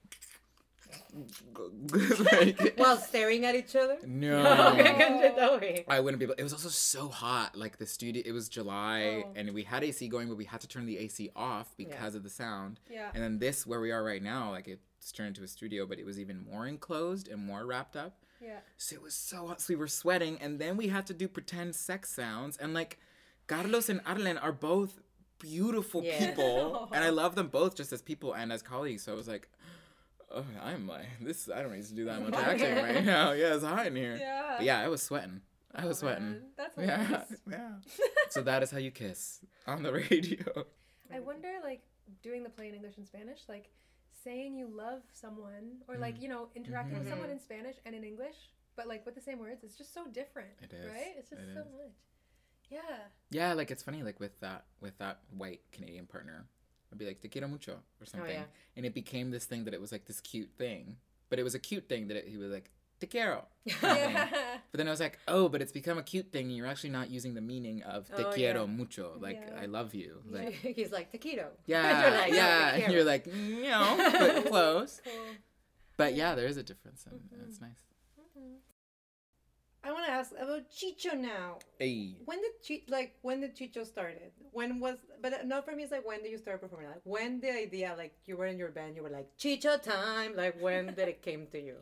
Speaker 3: [laughs]
Speaker 2: [laughs]
Speaker 3: like,
Speaker 2: While staring at each other. [laughs]
Speaker 3: no,
Speaker 2: I can do it that way.
Speaker 3: I wouldn't be. able It was also so hot. Like the studio, it was July,
Speaker 1: Oh.
Speaker 3: and we had AC going, but we had to turn the AC off because of the sound.
Speaker 1: Yeah.
Speaker 3: And then this, where we are right now, like it's turned into a studio, but it was even more enclosed and more wrapped up.
Speaker 1: Yeah.
Speaker 3: So it was so hot. So we were sweating, and then we had to do pretend sex sounds. And like, Carlos and Arlen are both beautiful
Speaker 1: [laughs]
Speaker 2: Yeah.
Speaker 3: people, and I love them both just as people and as colleagues. So I was like, oh, I'm like this. I don't need to do
Speaker 1: [laughs]
Speaker 3: that much acting right now. [laughs] Yeah, it's hot in here.
Speaker 1: Yeah. Oh,
Speaker 3: But yeah, I was sweating. I was sweating.
Speaker 1: Man, That's
Speaker 3: Yeah,
Speaker 1: hilarious.
Speaker 3: [laughs] yeah.
Speaker 1: [laughs]
Speaker 3: so that is how you kiss on the [laughs] radio.
Speaker 1: I wonder, like, doing the play in English and Spanish, like, saying you love someone, or
Speaker 3: Mm-hmm.
Speaker 1: like, you know, interacting with someone in Spanish and in English, but like with the same words, it's just so different.
Speaker 3: It is.
Speaker 1: Right? It's just
Speaker 3: It
Speaker 1: so
Speaker 3: is.
Speaker 1: much.
Speaker 3: [laughs]
Speaker 1: Yeah.
Speaker 3: Yeah, like it's funny, like with that with that white Canadian partner, I'd be like "te quiero mucho"
Speaker 1: Oh,
Speaker 3: or something,
Speaker 2: yeah.
Speaker 3: and it became this thing that it was like this cute thing, but it was a cute thing that it, he was like "te quiero,"
Speaker 2: [laughs]
Speaker 3: but
Speaker 1: yeah.
Speaker 3: then I was like, "Oh, but it's become a cute thing, and you're actually not using the meaning of "te
Speaker 2: Oh,
Speaker 3: quiero
Speaker 2: yeah.
Speaker 3: mucho," like
Speaker 1: Yeah.
Speaker 3: I love
Speaker 2: [laughs]
Speaker 3: you, like
Speaker 2: He's like taquito.
Speaker 3: yeah,
Speaker 2: You're like, "Oh,
Speaker 3: yeah,
Speaker 2: "Te
Speaker 3: and you're like no,
Speaker 2: [laughs]
Speaker 3: but close,
Speaker 1: Cool.
Speaker 3: but yeah, there is a difference, and
Speaker 2: Mm-hmm.
Speaker 3: and it's nice.
Speaker 2: I want to ask about Chicho now.
Speaker 3: Hey,
Speaker 2: When did Chi- like when did Chicho started? When was but not for me. It's like when did you start performing? Like when the idea like you were in your band, you were like Chicho time. Like when did it came to you?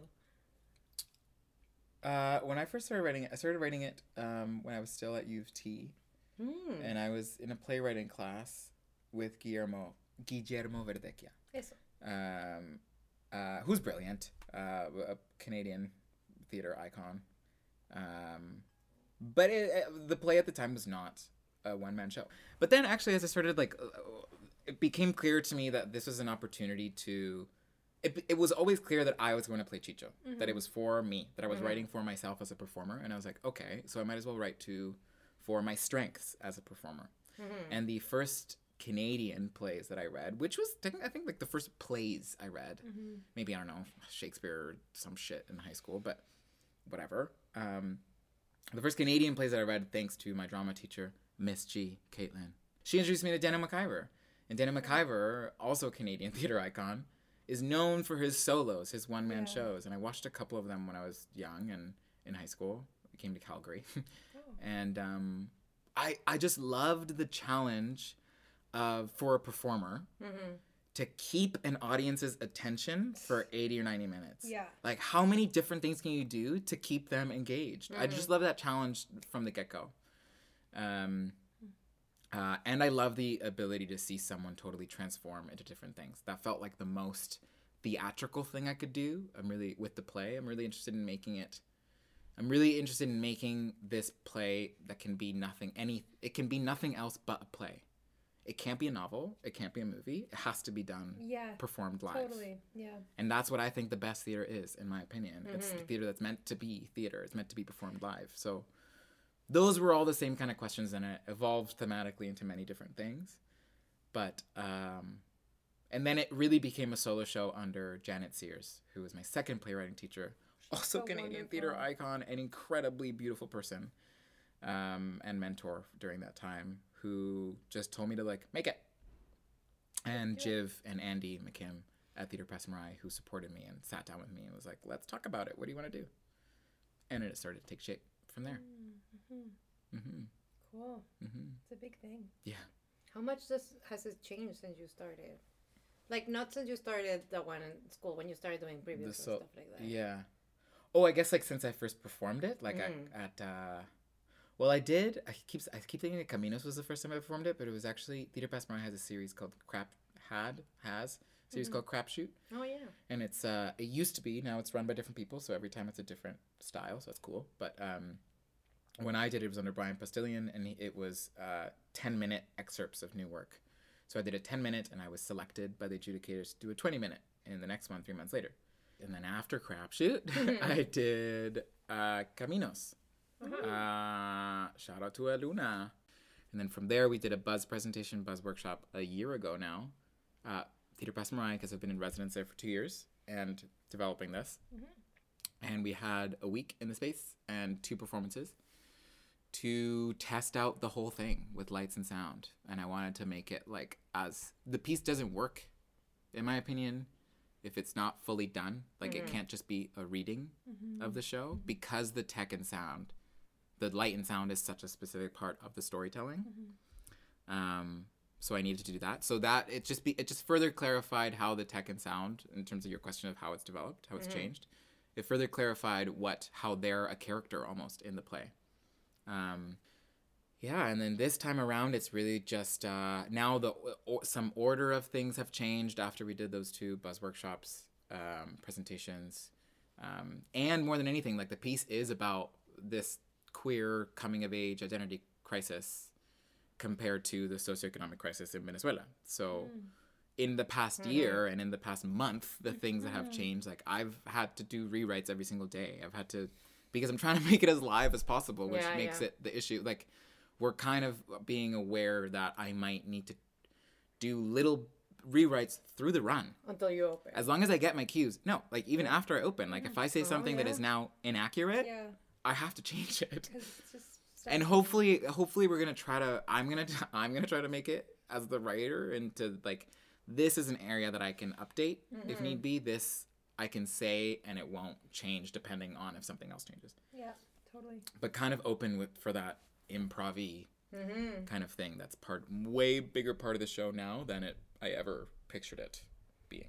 Speaker 3: uh, when I first started writing it, I started writing it um, when I was still at U of T.
Speaker 2: Hmm.
Speaker 3: and I was in a playwriting class with Guillermo Guillermo Verdecchia,
Speaker 1: Eso.
Speaker 3: um, uh, who's brilliant, uh, a Canadian theater icon. Um, but it, it- the play at the time was not a one man show. But then, actually, as I started like, uh, it became clear to me that this was an opportunity to. It, it was always clear that I was going to play Chicho, that it was for me, that I was writing for myself as a performer, and I was like, okay, so I might as well write to for my strengths as a performer.
Speaker 2: Mm-hmm.
Speaker 3: And the first Canadian plays that I read, which was technically, I think like the first plays I read,
Speaker 1: Mm-hmm.
Speaker 3: maybe I don't know Shakespeare or some shit in high school, but whatever. Um, the first Canadian plays that I read, thanks to my drama teacher, Miss G. Caitlin. She introduced me to Dana McIver. And Dana McIver, also a Canadian [laughs] theater icon, is known for his solos, his one man shows. And I watched a couple of them when I was young and in high school. I came to Calgary. [laughs]
Speaker 1: Oh.
Speaker 3: and um,
Speaker 2: Mm-hmm.
Speaker 3: I, I just loved the challenge of, for a performer to keep an audience's attention for 80 or 90 minutes.
Speaker 1: Yeah.
Speaker 3: Like, how many different things can you do to keep them engaged? I
Speaker 1: Mm.
Speaker 3: just love that challenge from the get go. Um, uh, and I love the ability to see someone totally transform into different things. That felt like the most theatrical thing I could do. I'm really, with the play, I'm really interested in making it. I'm really interested in making this play that can be nothing, any, it can be nothing else but a play. It can't be a novel. It can't be a movie. It has to be done,
Speaker 1: Yeah,
Speaker 3: performed live.
Speaker 1: Totally. Yeah.
Speaker 3: And that's what I think the best theater is, in my opinion. It's
Speaker 1: Mm-hmm.
Speaker 3: the theater that's meant to be theater. It's meant to be performed live. So those were all the same kind of questions, and it evolved thematically into many different things. But um, and then it really became a solo show under Janet Sears, who was my second playwriting teacher, also
Speaker 1: so
Speaker 3: Canadian theater
Speaker 1: wonderful.
Speaker 3: icon, an incredibly beautiful person, um, and mentor during that time, who just told me to like make it and Jiv and Andy McKim at Theater Press Marai who supported me and sat down with me and was like, "Let's talk about it. What do you want to do?" And it started to take shape from there. Mm-hmm.
Speaker 1: Cool.
Speaker 3: hmm
Speaker 1: It's a big thing.
Speaker 3: Yeah,
Speaker 2: How much does, has it changed since you started? Like not since you started the one in school when you started doing previews and
Speaker 3: so-
Speaker 2: stuff like that.
Speaker 3: yeah. Oh, I guess like since I first performed it, like I, at, uh, well, I did. I keep I keep thinking that Caminos was the first time I performed it, but it was actually Theater Press Marai has a series called Crap Had has a series called Crapshoot.
Speaker 2: Oh yeah.
Speaker 3: and it's uh it used to be now it's run by different people so every time it's a different style so that's cool but um when i did it, it was under brian postillion and it was uh 10 minute excerpts of new work so i did a 10 minute and i was selected by the adjudicators to do a 20 minute in the next one three months later and then after crapshoot [laughs] i did uh caminos Uh-huh.
Speaker 1: Mm-hmm.
Speaker 3: uh, shout out to Aluna. And then from there, we did a buzz presentation, buzz workshop a year ago now. Uh, Theater Press Mariah, because I've been in residence there for two years and developing this. And we had a week in the space and two performances to test out the whole thing with lights and sound. And I wanted to make it like as the piece doesn't work, in my opinion, if it's not fully done. Like it can't just be a reading
Speaker 1: Mm-hmm.
Speaker 3: of the show because the tech and sound the light and sound is such a specific part of the storytelling.
Speaker 1: Mm-hmm.
Speaker 3: Um, so I needed to do that. So that it just be it just further clarified how the tech and sound, in terms of your question of how it's developed, how it's changed, it further clarified what how they're a character almost in the play. Um, yeah, and then this time around, it's really just uh, now the o- some order of things have changed after we did those two buzz workshops um, presentations, um, and more than anything, like the piece is about this queer coming of age identity crisis compared to the socioeconomic crisis in Venezuela. So.
Speaker 1: Mm-hmm.
Speaker 3: In the past
Speaker 2: Mm-hmm.
Speaker 3: year and in the past month, the things that have changed, like I've had to do rewrites every single day. I've had to, because I'm trying to [laughs] make it as live as possible, which
Speaker 2: Yeah,
Speaker 3: makes
Speaker 2: yeah.
Speaker 3: it the issue. Like, we're kind of being aware that I might need to do little rewrites through the run.
Speaker 2: Until you open.
Speaker 3: As long as I get my cues. No, like even after I open, like if
Speaker 2: Mm-hmm.
Speaker 3: I say something
Speaker 2: Oh,
Speaker 3: that is now inaccurate,
Speaker 1: Yeah.
Speaker 3: I have to [laughs] change it.
Speaker 1: Because it's just. Stuff.
Speaker 3: And hopefully hopefully we're going to try to I'm going to [laughs] I'm going to try to make it as the writer into like this is an area that I can update if need be. This I can say and it won't change depending on if something else changes
Speaker 1: yeah. Totally.
Speaker 3: but kind of open with for that improv
Speaker 2: Mm-hmm. [laughs]
Speaker 3: kind of thing. That's part way bigger part of the show now than it I ever pictured it being.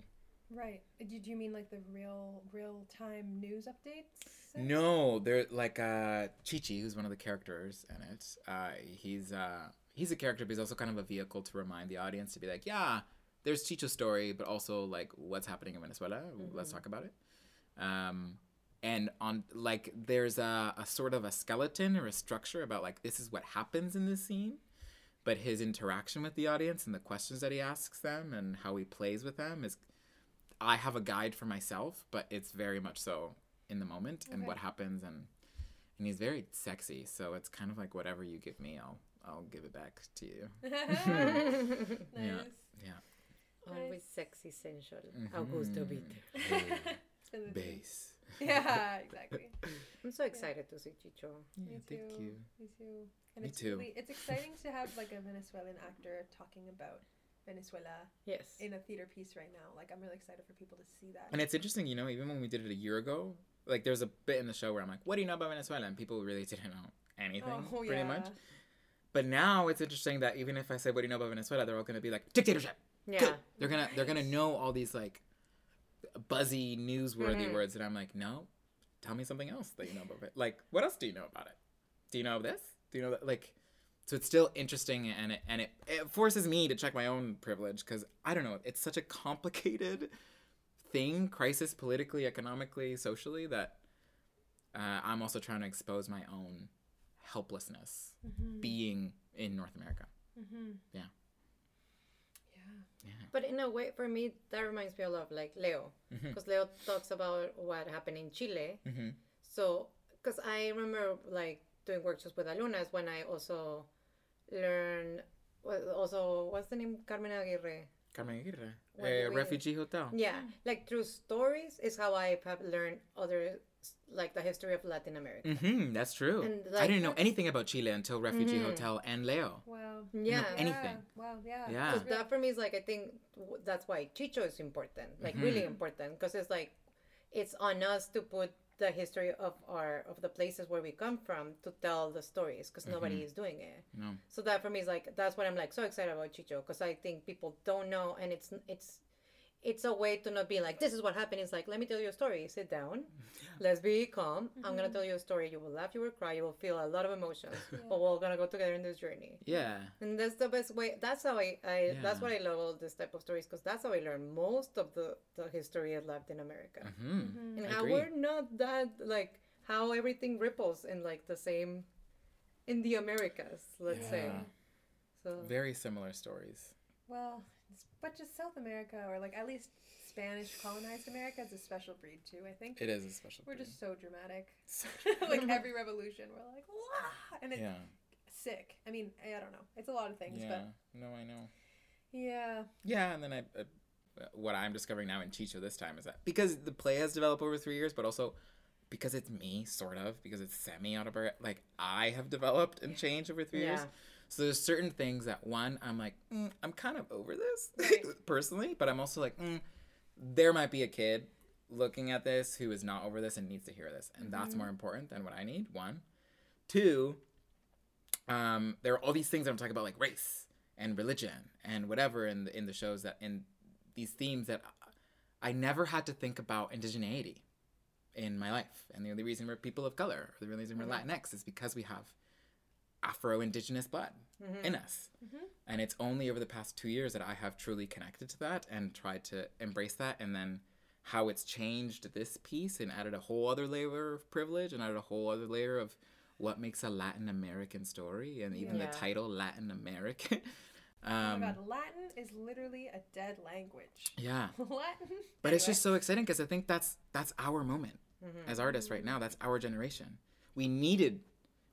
Speaker 1: Right. Did you mean like the real real time news updates?
Speaker 3: No, they're like uh Chi-Chi, who's one of the characters in it. Uh he's uh he's a character but he's also kind of a vehicle to remind the audience to be like, yeah, there's Chicho's story, but also like what's happening in Venezuela. Let's talk about it. Um and on like there's a, a sort of a skeleton or a structure about like this is what happens in this scene but his interaction with the audience and the questions that he asks them and how he plays with them is I have a guide for myself, but it's very much so in the moment and what happens and and he's very sexy, so it's kind of like whatever you give me, I'll I'll give it back to you. [laughs]
Speaker 1: [laughs] Nice.
Speaker 3: Yeah.
Speaker 2: Always sexy sensual.
Speaker 3: Mm-hmm.
Speaker 2: Augusto Bitter.
Speaker 1: It's been
Speaker 3: Base.
Speaker 1: the- Yeah,
Speaker 3: [laughs]
Speaker 1: exactly.
Speaker 2: I'm so excited to see Chicho.
Speaker 3: Yeah,
Speaker 1: Me
Speaker 3: thank
Speaker 1: too.
Speaker 3: you.
Speaker 1: Me too. And
Speaker 3: Me
Speaker 1: it's
Speaker 3: too.
Speaker 1: really it's exciting to have like a Venezuelan actor talking about Venezuela
Speaker 2: Yes.
Speaker 1: in a theater piece right now. Like I'm really excited for people to see that.
Speaker 3: And it's interesting, you know, even when we did it a year ago, like there's a bit in the show where I'm like, What do you know about Venezuela? And people really [laughs] didn't know
Speaker 1: Oh,
Speaker 3: anything pretty much. But now it's interesting that even if I say what do you know about Venezuela, they're all gonna be like, Dictatorship
Speaker 2: Yeah.
Speaker 3: They're gonna they're gonna know all these like buzzy newsworthy
Speaker 2: Mm-hmm.
Speaker 3: words, and I'm like, no, tell me something else that you know about it. Like, what else do you know about it? Do you know this? Do you know that? Like, so it's still interesting, and it and it, it forces me to check my own privilege because I don't know. It's such a complicated thing, crisis politically, economically, socially that uh, I'm also trying to expose my own helplessness
Speaker 2: Mm-hmm.
Speaker 1: Mm-hmm.
Speaker 3: being in North America.
Speaker 2: But in a way, for me, that reminds me a lot of like Leo,
Speaker 3: Mm-hmm.
Speaker 2: because Leo talks about what happened in Chile. So, because I remember like doing workshops with alumnas when I also learned, well, also, what's the name? Carmen Aguirre.
Speaker 3: Carmen Aguirre,
Speaker 2: What
Speaker 3: eh,
Speaker 2: do we-
Speaker 3: refugee hotel.
Speaker 2: Yeah, like through stories is how I have learned other, like the history of Latin America.
Speaker 3: hmm that's true.
Speaker 2: And,
Speaker 3: I
Speaker 2: like-
Speaker 3: didn't know anything about Chile until Refugee
Speaker 1: Mm-hmm.
Speaker 3: Hotel and Leo.
Speaker 1: Wow.
Speaker 2: Yeah.
Speaker 3: anything.
Speaker 1: Wow. Yeah.
Speaker 3: Yeah.
Speaker 2: Because that for me is like I think w- that's why Chicho is important, like really important, because it's like it's on us to put the history of our of the places where we come from to tell the stories, because nobody is doing it.
Speaker 3: No.
Speaker 2: So that for me is like that's what I'm like so excited about Chicho, because I think people don't know, and it's it's it's a way to not be like this is what happened. It's like let me tell you a story. Sit down, let's be calm. I'm gonna tell you a story. You will laugh, you will cry, you will feel a lot of emotions, but we're all gonna go together in this journey.
Speaker 3: Yeah.
Speaker 2: And that's the best way. That's how I. I That's
Speaker 3: Yeah.
Speaker 2: what I love all this type of stories because that's how I learn most of the the history of Latin America
Speaker 3: Hmm.
Speaker 1: Mm-hmm.
Speaker 2: and
Speaker 3: I
Speaker 2: how
Speaker 3: agree.
Speaker 2: we're not that like how everything ripples in like the same in the Americas, [laughs] let's say.
Speaker 3: Yeah.
Speaker 2: So [laughs]
Speaker 3: Very similar stories.
Speaker 1: Well, it's- but just South America, or like at least Spanish colonized America, is a special breed too. I think
Speaker 3: It is a special.
Speaker 1: we're
Speaker 3: breed.
Speaker 1: just so dramatic.
Speaker 3: [laughs]
Speaker 1: [laughs] like every revolution, we're like, wah, and it's
Speaker 3: yeah.
Speaker 1: sick. I mean, I I don't know. It's a lot of things,
Speaker 3: Yeah.
Speaker 1: but
Speaker 3: No, I know.
Speaker 1: yeah.
Speaker 3: Yeah, and then I, uh, what I'm discovering now in Chicho this time is that because the play has developed over three years, but also because it's me, sort of, because it's semi autobiographical, like I have developed and changed over three years.
Speaker 2: Yeah.
Speaker 3: So there's certain things that one, I'm like, mm, I'm kind of over this
Speaker 1: Right.
Speaker 3: [laughs] personally, but I'm also like, mm, there might be a kid looking at this who is not over this and needs to hear this, and that's more important than what I need. One, two, um, there are all these things that I'm talking about, like race and religion and whatever, in the, in the shows that in these themes that I never had to think about indigeneity in my life. And the only reason we're people of color, or the reason we're Latinx, is because we have Afro indigenous blood
Speaker 2: mm-hmm,
Speaker 3: in
Speaker 1: Mm-hmm.
Speaker 3: us. And it's only over the past two years that I have truly connected to that and tried to embrace that. And then how it's changed this piece and added a whole other layer of privilege and added a whole other layer of what makes a Latin American story and even
Speaker 2: Yeah.
Speaker 3: the title Latin American. [laughs]
Speaker 1: Oh
Speaker 3: um,
Speaker 1: my God, Latin is literally a dead language. [laughs]
Speaker 3: yeah.
Speaker 1: Latin.
Speaker 3: But it's just so exciting because I think that's that's our moment
Speaker 2: mm-hmm,
Speaker 3: as artists right now. That's our generation. We needed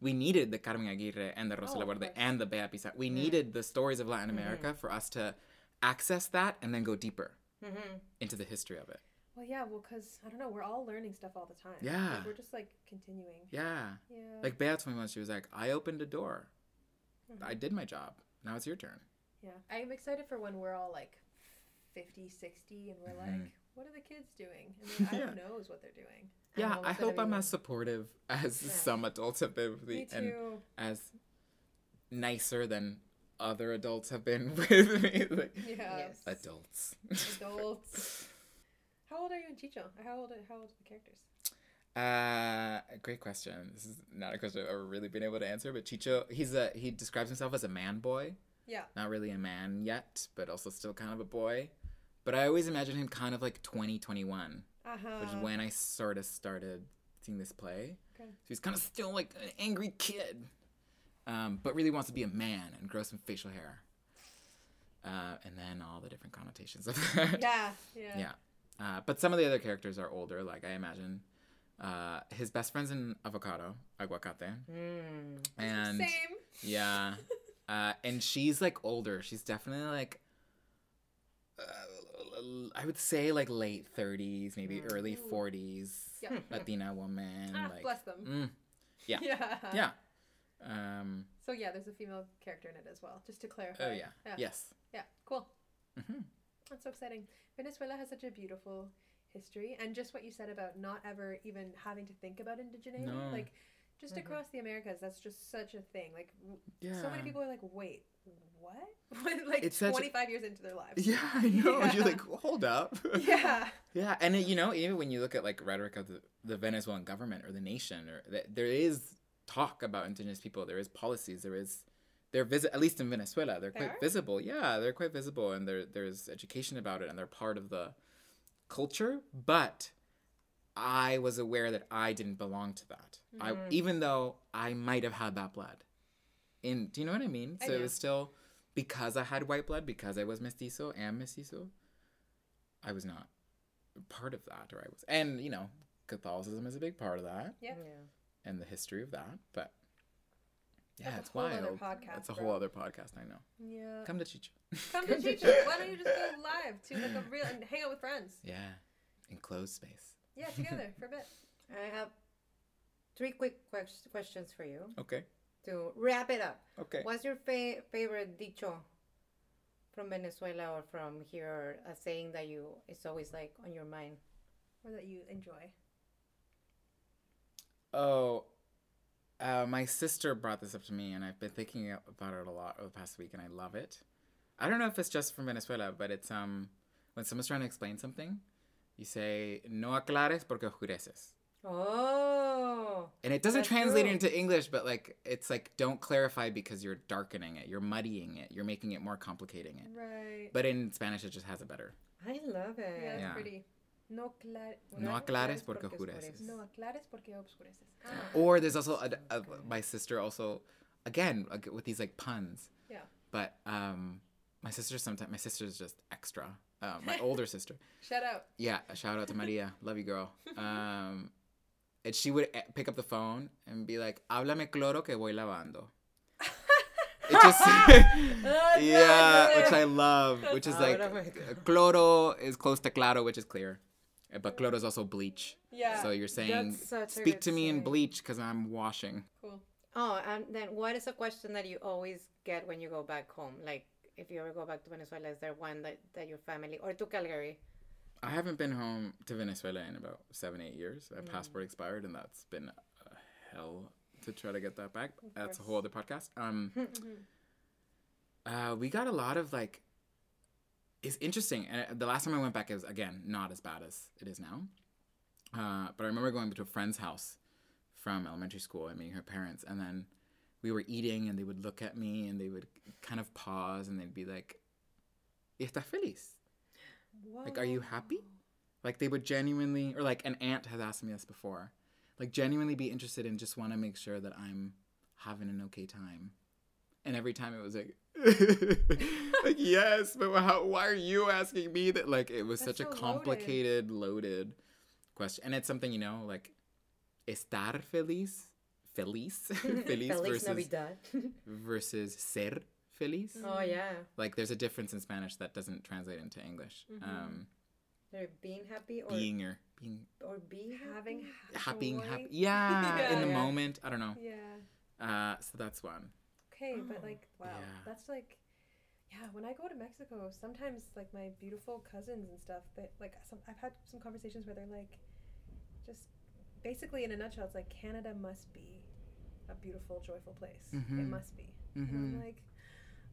Speaker 3: we needed the Carmen Aguirre and the
Speaker 1: Oh,
Speaker 3: Rosa
Speaker 1: of
Speaker 3: Laborde
Speaker 1: course. Mm-hmm.
Speaker 3: and the Bea Pisa. We needed the stories of Latin America for us to access that and then go deeper
Speaker 2: mm-hmm.
Speaker 3: into the history of it.
Speaker 1: Well, yeah, well, because I don't know, we're all learning stuff all the time.
Speaker 3: Yeah.
Speaker 1: Like, we're just like continuing.
Speaker 3: Yeah.
Speaker 1: Yeah.
Speaker 3: Like Bea told me once, she was like, I opened a door. I
Speaker 1: Mm-hmm.
Speaker 3: did my job. Now it's your turn.
Speaker 1: yeah. I'm excited for when we're all like 50, 60, and we're
Speaker 3: Mm-hmm.
Speaker 1: like, what are the kids doing?
Speaker 3: [laughs]
Speaker 1: And then I don't knows what they're doing.
Speaker 3: Yeah,
Speaker 2: know
Speaker 3: I
Speaker 2: what's gonna
Speaker 3: hope
Speaker 2: be
Speaker 3: I'm
Speaker 2: next.
Speaker 3: as supportive as some adults have been with
Speaker 1: Me
Speaker 3: me and
Speaker 1: too.
Speaker 3: as nicer than other adults have been [laughs] with me. Like,
Speaker 1: Yeah.
Speaker 2: Yes.
Speaker 3: adults. [laughs]
Speaker 1: Adults. How old are you in Chicho? How old are, how old are the characters?
Speaker 3: uh, great question. This is not a question I've ever really been able to answer, but Chicho, he's a he describes himself as a man boy.
Speaker 1: Yeah.
Speaker 3: Not really a man yet, but also still kind of a boy. But I always imagine him kind of like 20, 21,
Speaker 1: Uh
Speaker 3: which is
Speaker 1: huh.
Speaker 3: when I sort of started seeing this play.
Speaker 1: Okay.
Speaker 3: So he's kind of still like an angry kid, um, but really wants to be a man and grow some facial hair. Uh, and then all the different connotations of that.
Speaker 1: Yeah.
Speaker 3: [laughs]
Speaker 1: Yeah.
Speaker 3: Yeah. Uh, but some of the other characters are older, like I imagine. Uh, his best friend's an avocado, aguacate.
Speaker 2: Hmm.
Speaker 3: And
Speaker 1: Same. [laughs]
Speaker 3: yeah. Uh, and she's like older. She's definitely like, uh, I would say like late 30s, maybe early 40s.
Speaker 1: Mm. Yeah.
Speaker 3: Latina woman.
Speaker 1: Ah,
Speaker 3: Hmm. like,
Speaker 1: bless Uh, them.
Speaker 3: mm, Yeah.
Speaker 1: Yeah.
Speaker 3: yeah. Um,
Speaker 1: So yeah, there's a female character in it as well, just to clarify.
Speaker 3: oh, yeah. Yes. Mm-hmm.
Speaker 1: Yeah, cool. That's so exciting. Venezuela has such a beautiful history, and just what you said about not ever even having to think about indigeneity,
Speaker 3: No. Mm-hmm.
Speaker 1: like just across the Americas. That's just such a thing. Like w-
Speaker 3: Yeah.
Speaker 1: so many people are like, wait, what? [laughs] like
Speaker 3: It's such a-
Speaker 1: 25 years into their lives.
Speaker 3: [laughs] Yeah, I know.
Speaker 1: Yeah.
Speaker 3: You're like, hold up.
Speaker 1: [laughs] yeah.
Speaker 3: Yeah, and it, you know, even when you look at like rhetoric of the, the Venezuelan government or the nation, or th- there is talk about indigenous people. There is policies. There is they're visit at least in Venezuela. They're
Speaker 1: They
Speaker 3: quite
Speaker 1: are?
Speaker 3: visible. Yeah, they're quite visible, and there there's education about it, and they're part of the culture. But I was aware that I didn't belong to that.
Speaker 1: Mm-hmm.
Speaker 3: I even though I might have had that blood. In do you know what I mean?
Speaker 1: I
Speaker 3: so it
Speaker 1: do.
Speaker 3: was still because I had white blood, because I was mestizo and mestizo. I was not part of that or I was and you know Catholicism is a big part of that
Speaker 1: Yeah.
Speaker 3: and the history of that but yeah
Speaker 1: That's a
Speaker 3: it's
Speaker 1: whole other
Speaker 3: wild
Speaker 1: podcast,
Speaker 3: it's a
Speaker 1: bro.
Speaker 3: whole other podcast I know
Speaker 1: Yeah.
Speaker 3: come to Chicho [laughs]
Speaker 1: Come to Chicho. Why don't you just go live to like a real and hang out with friends?
Speaker 3: yeah enclosed space
Speaker 1: Yeah, together for a bit.
Speaker 2: I have three quick quest- questions for you
Speaker 3: okay
Speaker 2: to wrap it up.
Speaker 3: okay
Speaker 2: What's your fa- favorite dicho from Venezuela or from here? A saying that you it's always like on your mind.
Speaker 1: Or that you enjoy.
Speaker 3: oh uh, my sister brought this up to me and I've been thinking about it a lot over the past week and I love it I don't know if it's just from Venezuela but it's um when someone's trying to explain something you say no aclares porque oscureces
Speaker 2: Oh,
Speaker 3: And it doesn't
Speaker 2: That's
Speaker 3: translate
Speaker 2: true.
Speaker 3: into English, but like it's like don't clarify because you're darkening it, you're muddying it, you're making it more complicating it.
Speaker 1: Right.
Speaker 3: But in Spanish, it just has it better.
Speaker 2: I love it.
Speaker 1: yeah, it's
Speaker 3: Yeah.
Speaker 1: pretty. No clar-
Speaker 3: No aclares porque oscureces.
Speaker 1: No aclares porque
Speaker 3: [gasps]
Speaker 1: obscureces. Ah,
Speaker 3: Or there's also a, a- my sister also, again like, with these like puns.
Speaker 1: yeah.
Speaker 3: But um, my sister sometimes my sister's just extra. Uh, my older sister,
Speaker 1: Shout out.
Speaker 3: yeah. a Shout out to Maria, love you, girl. Um, and she would eh, pick up the phone and be like, "Háblame cloro que voy lavando." It just.
Speaker 1: Oh,
Speaker 3: yeah, which I love, which is
Speaker 2: Oh,
Speaker 3: like uh,
Speaker 2: no, wait.
Speaker 3: cloro is close to claro, which is clear, Uh, but cloro is also bleach.
Speaker 1: Yeah.
Speaker 3: So you're saying
Speaker 2: That's such a
Speaker 3: speak
Speaker 2: good
Speaker 3: to me in
Speaker 2: saying.
Speaker 3: bleach because I'm washing.
Speaker 1: Cool.
Speaker 2: Oh, and then what is a question that you always get when you go back home? Like if you ever go back to Venezuela, is there one that, that your family or to Calgary?
Speaker 3: I haven't been home to Venezuela in about seven, eight years.
Speaker 2: Mm.
Speaker 3: My passport expired, and that's been a hell to try to get that back. That's a whole other podcast. Um, uh, we got a lot of like. It's interesting, and uh, the last time I went back, it was again not as bad as it is now. Uh, but I remember going to a friend's house from elementary school and meeting her parents, and then we were eating, and they would look at me, and they would kind of pause, and they'd be like, "¿Y estás feliz?" Like, are you happy? Like, they would genuinely, or like an aunt has asked me this before, like, genuinely be interested and just want to make sure that I'm having an okay time. And every time it was like, [laughs] like yes, but how, why are you asking me that? Like, it was
Speaker 1: That's
Speaker 3: such a
Speaker 1: so loaded.
Speaker 3: complicated, loaded question. And it's something, you know, like, estar feliz, [laughs] feliz, [laughs] feliz
Speaker 2: Feliz
Speaker 3: versus,
Speaker 2: Navidad.
Speaker 3: versus ser feliz.
Speaker 2: [laughs] oh yeah,
Speaker 3: Like, there's a difference in Spanish that doesn't translate into English. Um,
Speaker 2: they're being happy or
Speaker 3: being or being
Speaker 2: or being
Speaker 1: Having
Speaker 3: happy,
Speaker 1: joy?
Speaker 3: [laughs] happy. Yeah,
Speaker 1: Yeah.
Speaker 3: in the
Speaker 2: Yeah.
Speaker 3: moment. I don't know.
Speaker 1: Yeah.
Speaker 3: Uh, so that's one.
Speaker 1: Okay,
Speaker 2: Oh.
Speaker 1: but like, wow,
Speaker 3: Yeah.
Speaker 1: that's like, yeah. When I go to Mexico, sometimes like my beautiful cousins and stuff, that like, some, I've had some conversations where they're like, just basically in a nutshell, it's like Canada must be a beautiful, joyful place. It
Speaker 3: Mhm.
Speaker 1: must be. And
Speaker 3: Mm-hmm.
Speaker 1: I'm like,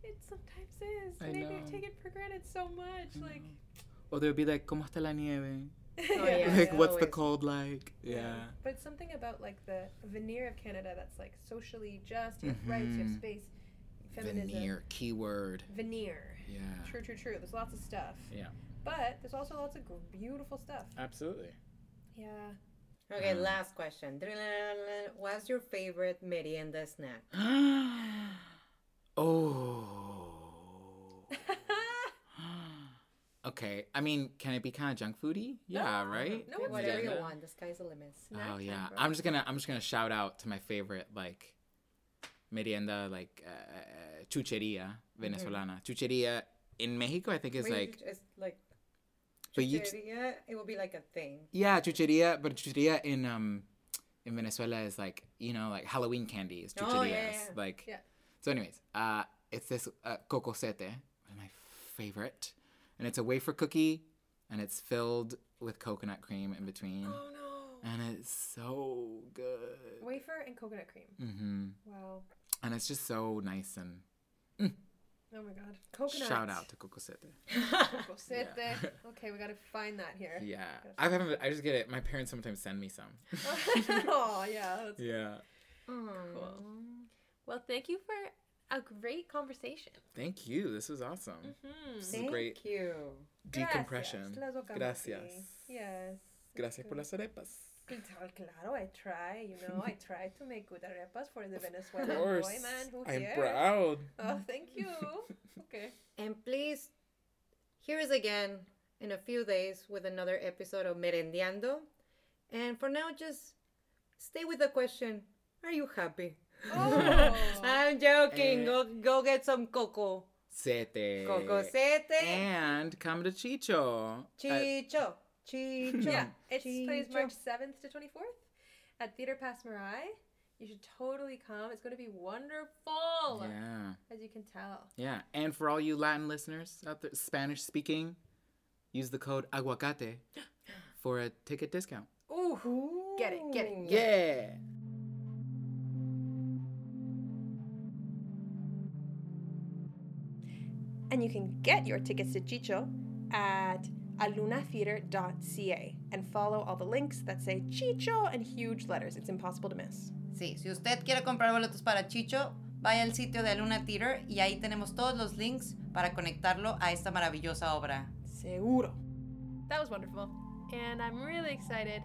Speaker 1: it sometimes is.
Speaker 3: I
Speaker 1: Maybe I
Speaker 3: know.
Speaker 1: take it for granted so much. Like, [laughs]
Speaker 3: Or they'll be like, "Cómo está la nieve?"
Speaker 2: Oh, yeah,
Speaker 3: like,
Speaker 2: yeah,
Speaker 1: [laughs]
Speaker 3: what's
Speaker 2: always.
Speaker 3: the cold like? Yeah.
Speaker 1: But something about like the veneer of Canada that's like socially just, you have rights, you have
Speaker 3: Mhm.
Speaker 1: space, feminism.
Speaker 3: Veneer keyword.
Speaker 1: Veneer.
Speaker 3: Yeah.
Speaker 1: True, true, true. There's lots of stuff.
Speaker 3: Yeah.
Speaker 1: But there's also lots of gr- beautiful stuff.
Speaker 3: Absolutely. [gasps]
Speaker 1: Yeah. [laughs]
Speaker 2: Okay,
Speaker 3: Um,
Speaker 2: last question. What's your favorite merienda snack?
Speaker 3: oh. okay. I mean, can it be kind of junk foody? Yeah. right.
Speaker 1: no, it's
Speaker 2: Whatever
Speaker 1: good.
Speaker 2: you
Speaker 3: Yeah.
Speaker 2: want, the sky's the limit.
Speaker 3: Oh yeah, I'm just gonna I'm just gonna shout out to my favorite like merienda like uh, uh, chucheria venezolana. Chucheria in Mexico I think is
Speaker 2: Mm-hmm. Wait,
Speaker 3: like
Speaker 2: you- it's like
Speaker 3: but you
Speaker 2: chucheria, it will be like a thing.
Speaker 3: yeah chucheria but chucheria in um in Venezuela is like you know like Halloween candy is
Speaker 2: Oh,
Speaker 3: chucherias
Speaker 2: yeah, yeah.
Speaker 3: like
Speaker 1: Yeah.
Speaker 3: so anyways uh it's this uh, cocosete one of my favorite
Speaker 2: [gasps]
Speaker 3: and it's a wafer cookie and it's filled with coconut cream in between.
Speaker 1: Oh no.
Speaker 3: and it's so good.
Speaker 1: Wafer and coconut cream.
Speaker 3: hmm
Speaker 1: Wow.
Speaker 3: And it's just so nice and
Speaker 1: Oh my god. Coconut. [laughs]
Speaker 3: shout out to Cocosete.
Speaker 1: Cocosete.
Speaker 3: Yeah.
Speaker 1: Okay, we gotta find that here. [laughs]
Speaker 3: Yeah, I haven't. I just get it. My parents sometimes send me some.
Speaker 1: oh yeah. That's
Speaker 3: yeah.
Speaker 2: Cool.
Speaker 1: Well, thank you for a great conversation.
Speaker 3: Thank you. This was awesome. This is a
Speaker 2: Thank
Speaker 3: great
Speaker 2: you.
Speaker 3: decompression.
Speaker 1: Mm-hmm. Mm. Gracias. Las guacamayas.
Speaker 3: Gracias.
Speaker 1: Yes. oh,
Speaker 3: Gracias por las arepas.
Speaker 1: Claro, I try. You know, I
Speaker 3: [laughs]
Speaker 1: try to make good arepas for the
Speaker 3: Of
Speaker 1: Venezuelan
Speaker 3: course.
Speaker 1: boy man who
Speaker 3: I'm
Speaker 1: here.
Speaker 3: proud.
Speaker 1: Oh, thank
Speaker 3: [laughs]
Speaker 1: you. Okay.
Speaker 2: And please, here is again in a few days with another episode of Merendiando. And for now, just stay with the question Are you happy?
Speaker 1: Oh.
Speaker 2: [laughs] I'm joking.
Speaker 3: Eh.
Speaker 2: Go, go get some coco.
Speaker 3: Sete. Eh.
Speaker 2: Cocosete.
Speaker 3: And come to Chicho.
Speaker 4: Ah,
Speaker 3: Uh,
Speaker 2: Chicho. Chicho.
Speaker 1: yeah, it plays
Speaker 2: Chicho.
Speaker 1: March 7th to 24th at Theater Pass Marai. You should totally come. It's going to be wonderful,
Speaker 3: yeah.
Speaker 1: as you can tell.
Speaker 3: Yeah. And for all you Latin listeners out there, Spanish speaking, use the code aguacate [gasps] for a ticket discount.
Speaker 1: Ooh, get it, get it.
Speaker 3: Yeah.
Speaker 1: And you can get your tickets to Chicho at alunatheater.ca and follow all the links that say Chicho in huge letters. It's impossible to miss.
Speaker 4: Sí, si usted quiere comprar boletos para Chicho, vaya al sitio de Luna Theater y ahí tenemos todos los links para conectarlo a esta maravillosa obra.
Speaker 1: Seguro. That was wonderful. And I'm really excited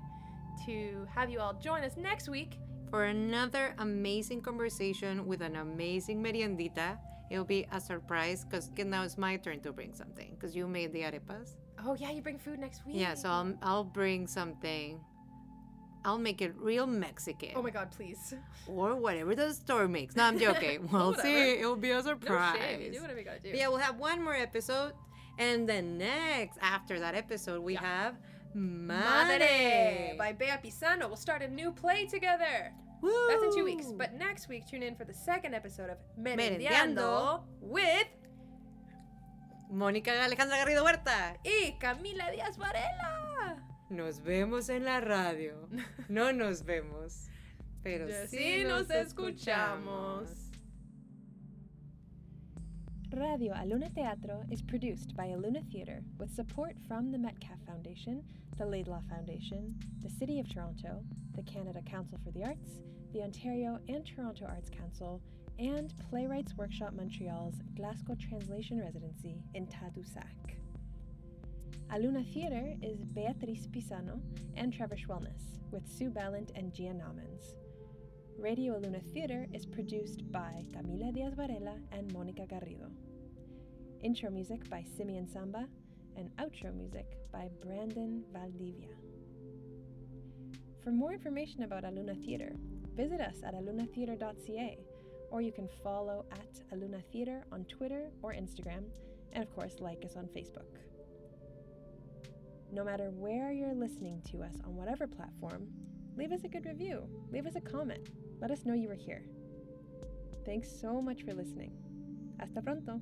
Speaker 1: to have you all join us next week.
Speaker 2: For another amazing conversation with an amazing meriendita. It'll be a surprise because now it's my turn to bring something because you made the arepas.
Speaker 1: Oh, yeah, you bring food next week.
Speaker 2: Yeah, so I'll, I'll bring something. I'll make it real Mexican.
Speaker 1: Oh my god, please.
Speaker 2: or whatever the store makes. No,
Speaker 4: [laughs]
Speaker 2: I'm joking. We'll see.
Speaker 1: Whatever.
Speaker 2: It'll be a surprise.
Speaker 1: Do whatever you gotta do.
Speaker 2: But yeah, we'll have one more episode. And then next, after that episode, we have Madre.
Speaker 1: Madre by Bea Pisano. We'll start a new play together.
Speaker 2: Woo!
Speaker 1: That's in two weeks. But next week, tune in for the second episode of Merendeando
Speaker 2: Merendeando.
Speaker 1: with
Speaker 2: Mónica Alejandra Garrido Huerta.
Speaker 1: y Camila Díaz Varela.
Speaker 2: Nos vemos en
Speaker 1: [laughs]
Speaker 2: la radio. No nos vemos. Pero
Speaker 1: Ya
Speaker 2: sí
Speaker 1: sí
Speaker 2: nos
Speaker 1: nos
Speaker 2: escuchamos.
Speaker 1: escuchamos. Radio Aluna Teatro is produced by Aluna Theatre with support from the Metcalf Foundation, the Laidlaw Foundation, the City of Toronto, the Canada Council for the Arts, the Ontario and Toronto Arts Council, and Playwrights Workshop Montreal's Glasgow Translation Residency in Tadoussac. Aluna Theatre is Beatriz Pisano and Trevor Schwellness with Sue Ballant and Gia Namens. Radio Luna Theater is produced by Camila Diaz Varela and Monica Garrido. Intro music by Simeon Samba and outro music by Brandon Valdivia. For more information about Aluna Theater, visit us at alunatheater.ca or you can follow at Aluna Theater on Twitter or Instagram and of course like us on Facebook. No matter where you're listening to us on whatever platform, leave us a good review, leave us a comment, let us know you were here. Thanks so much for listening. Hasta pronto!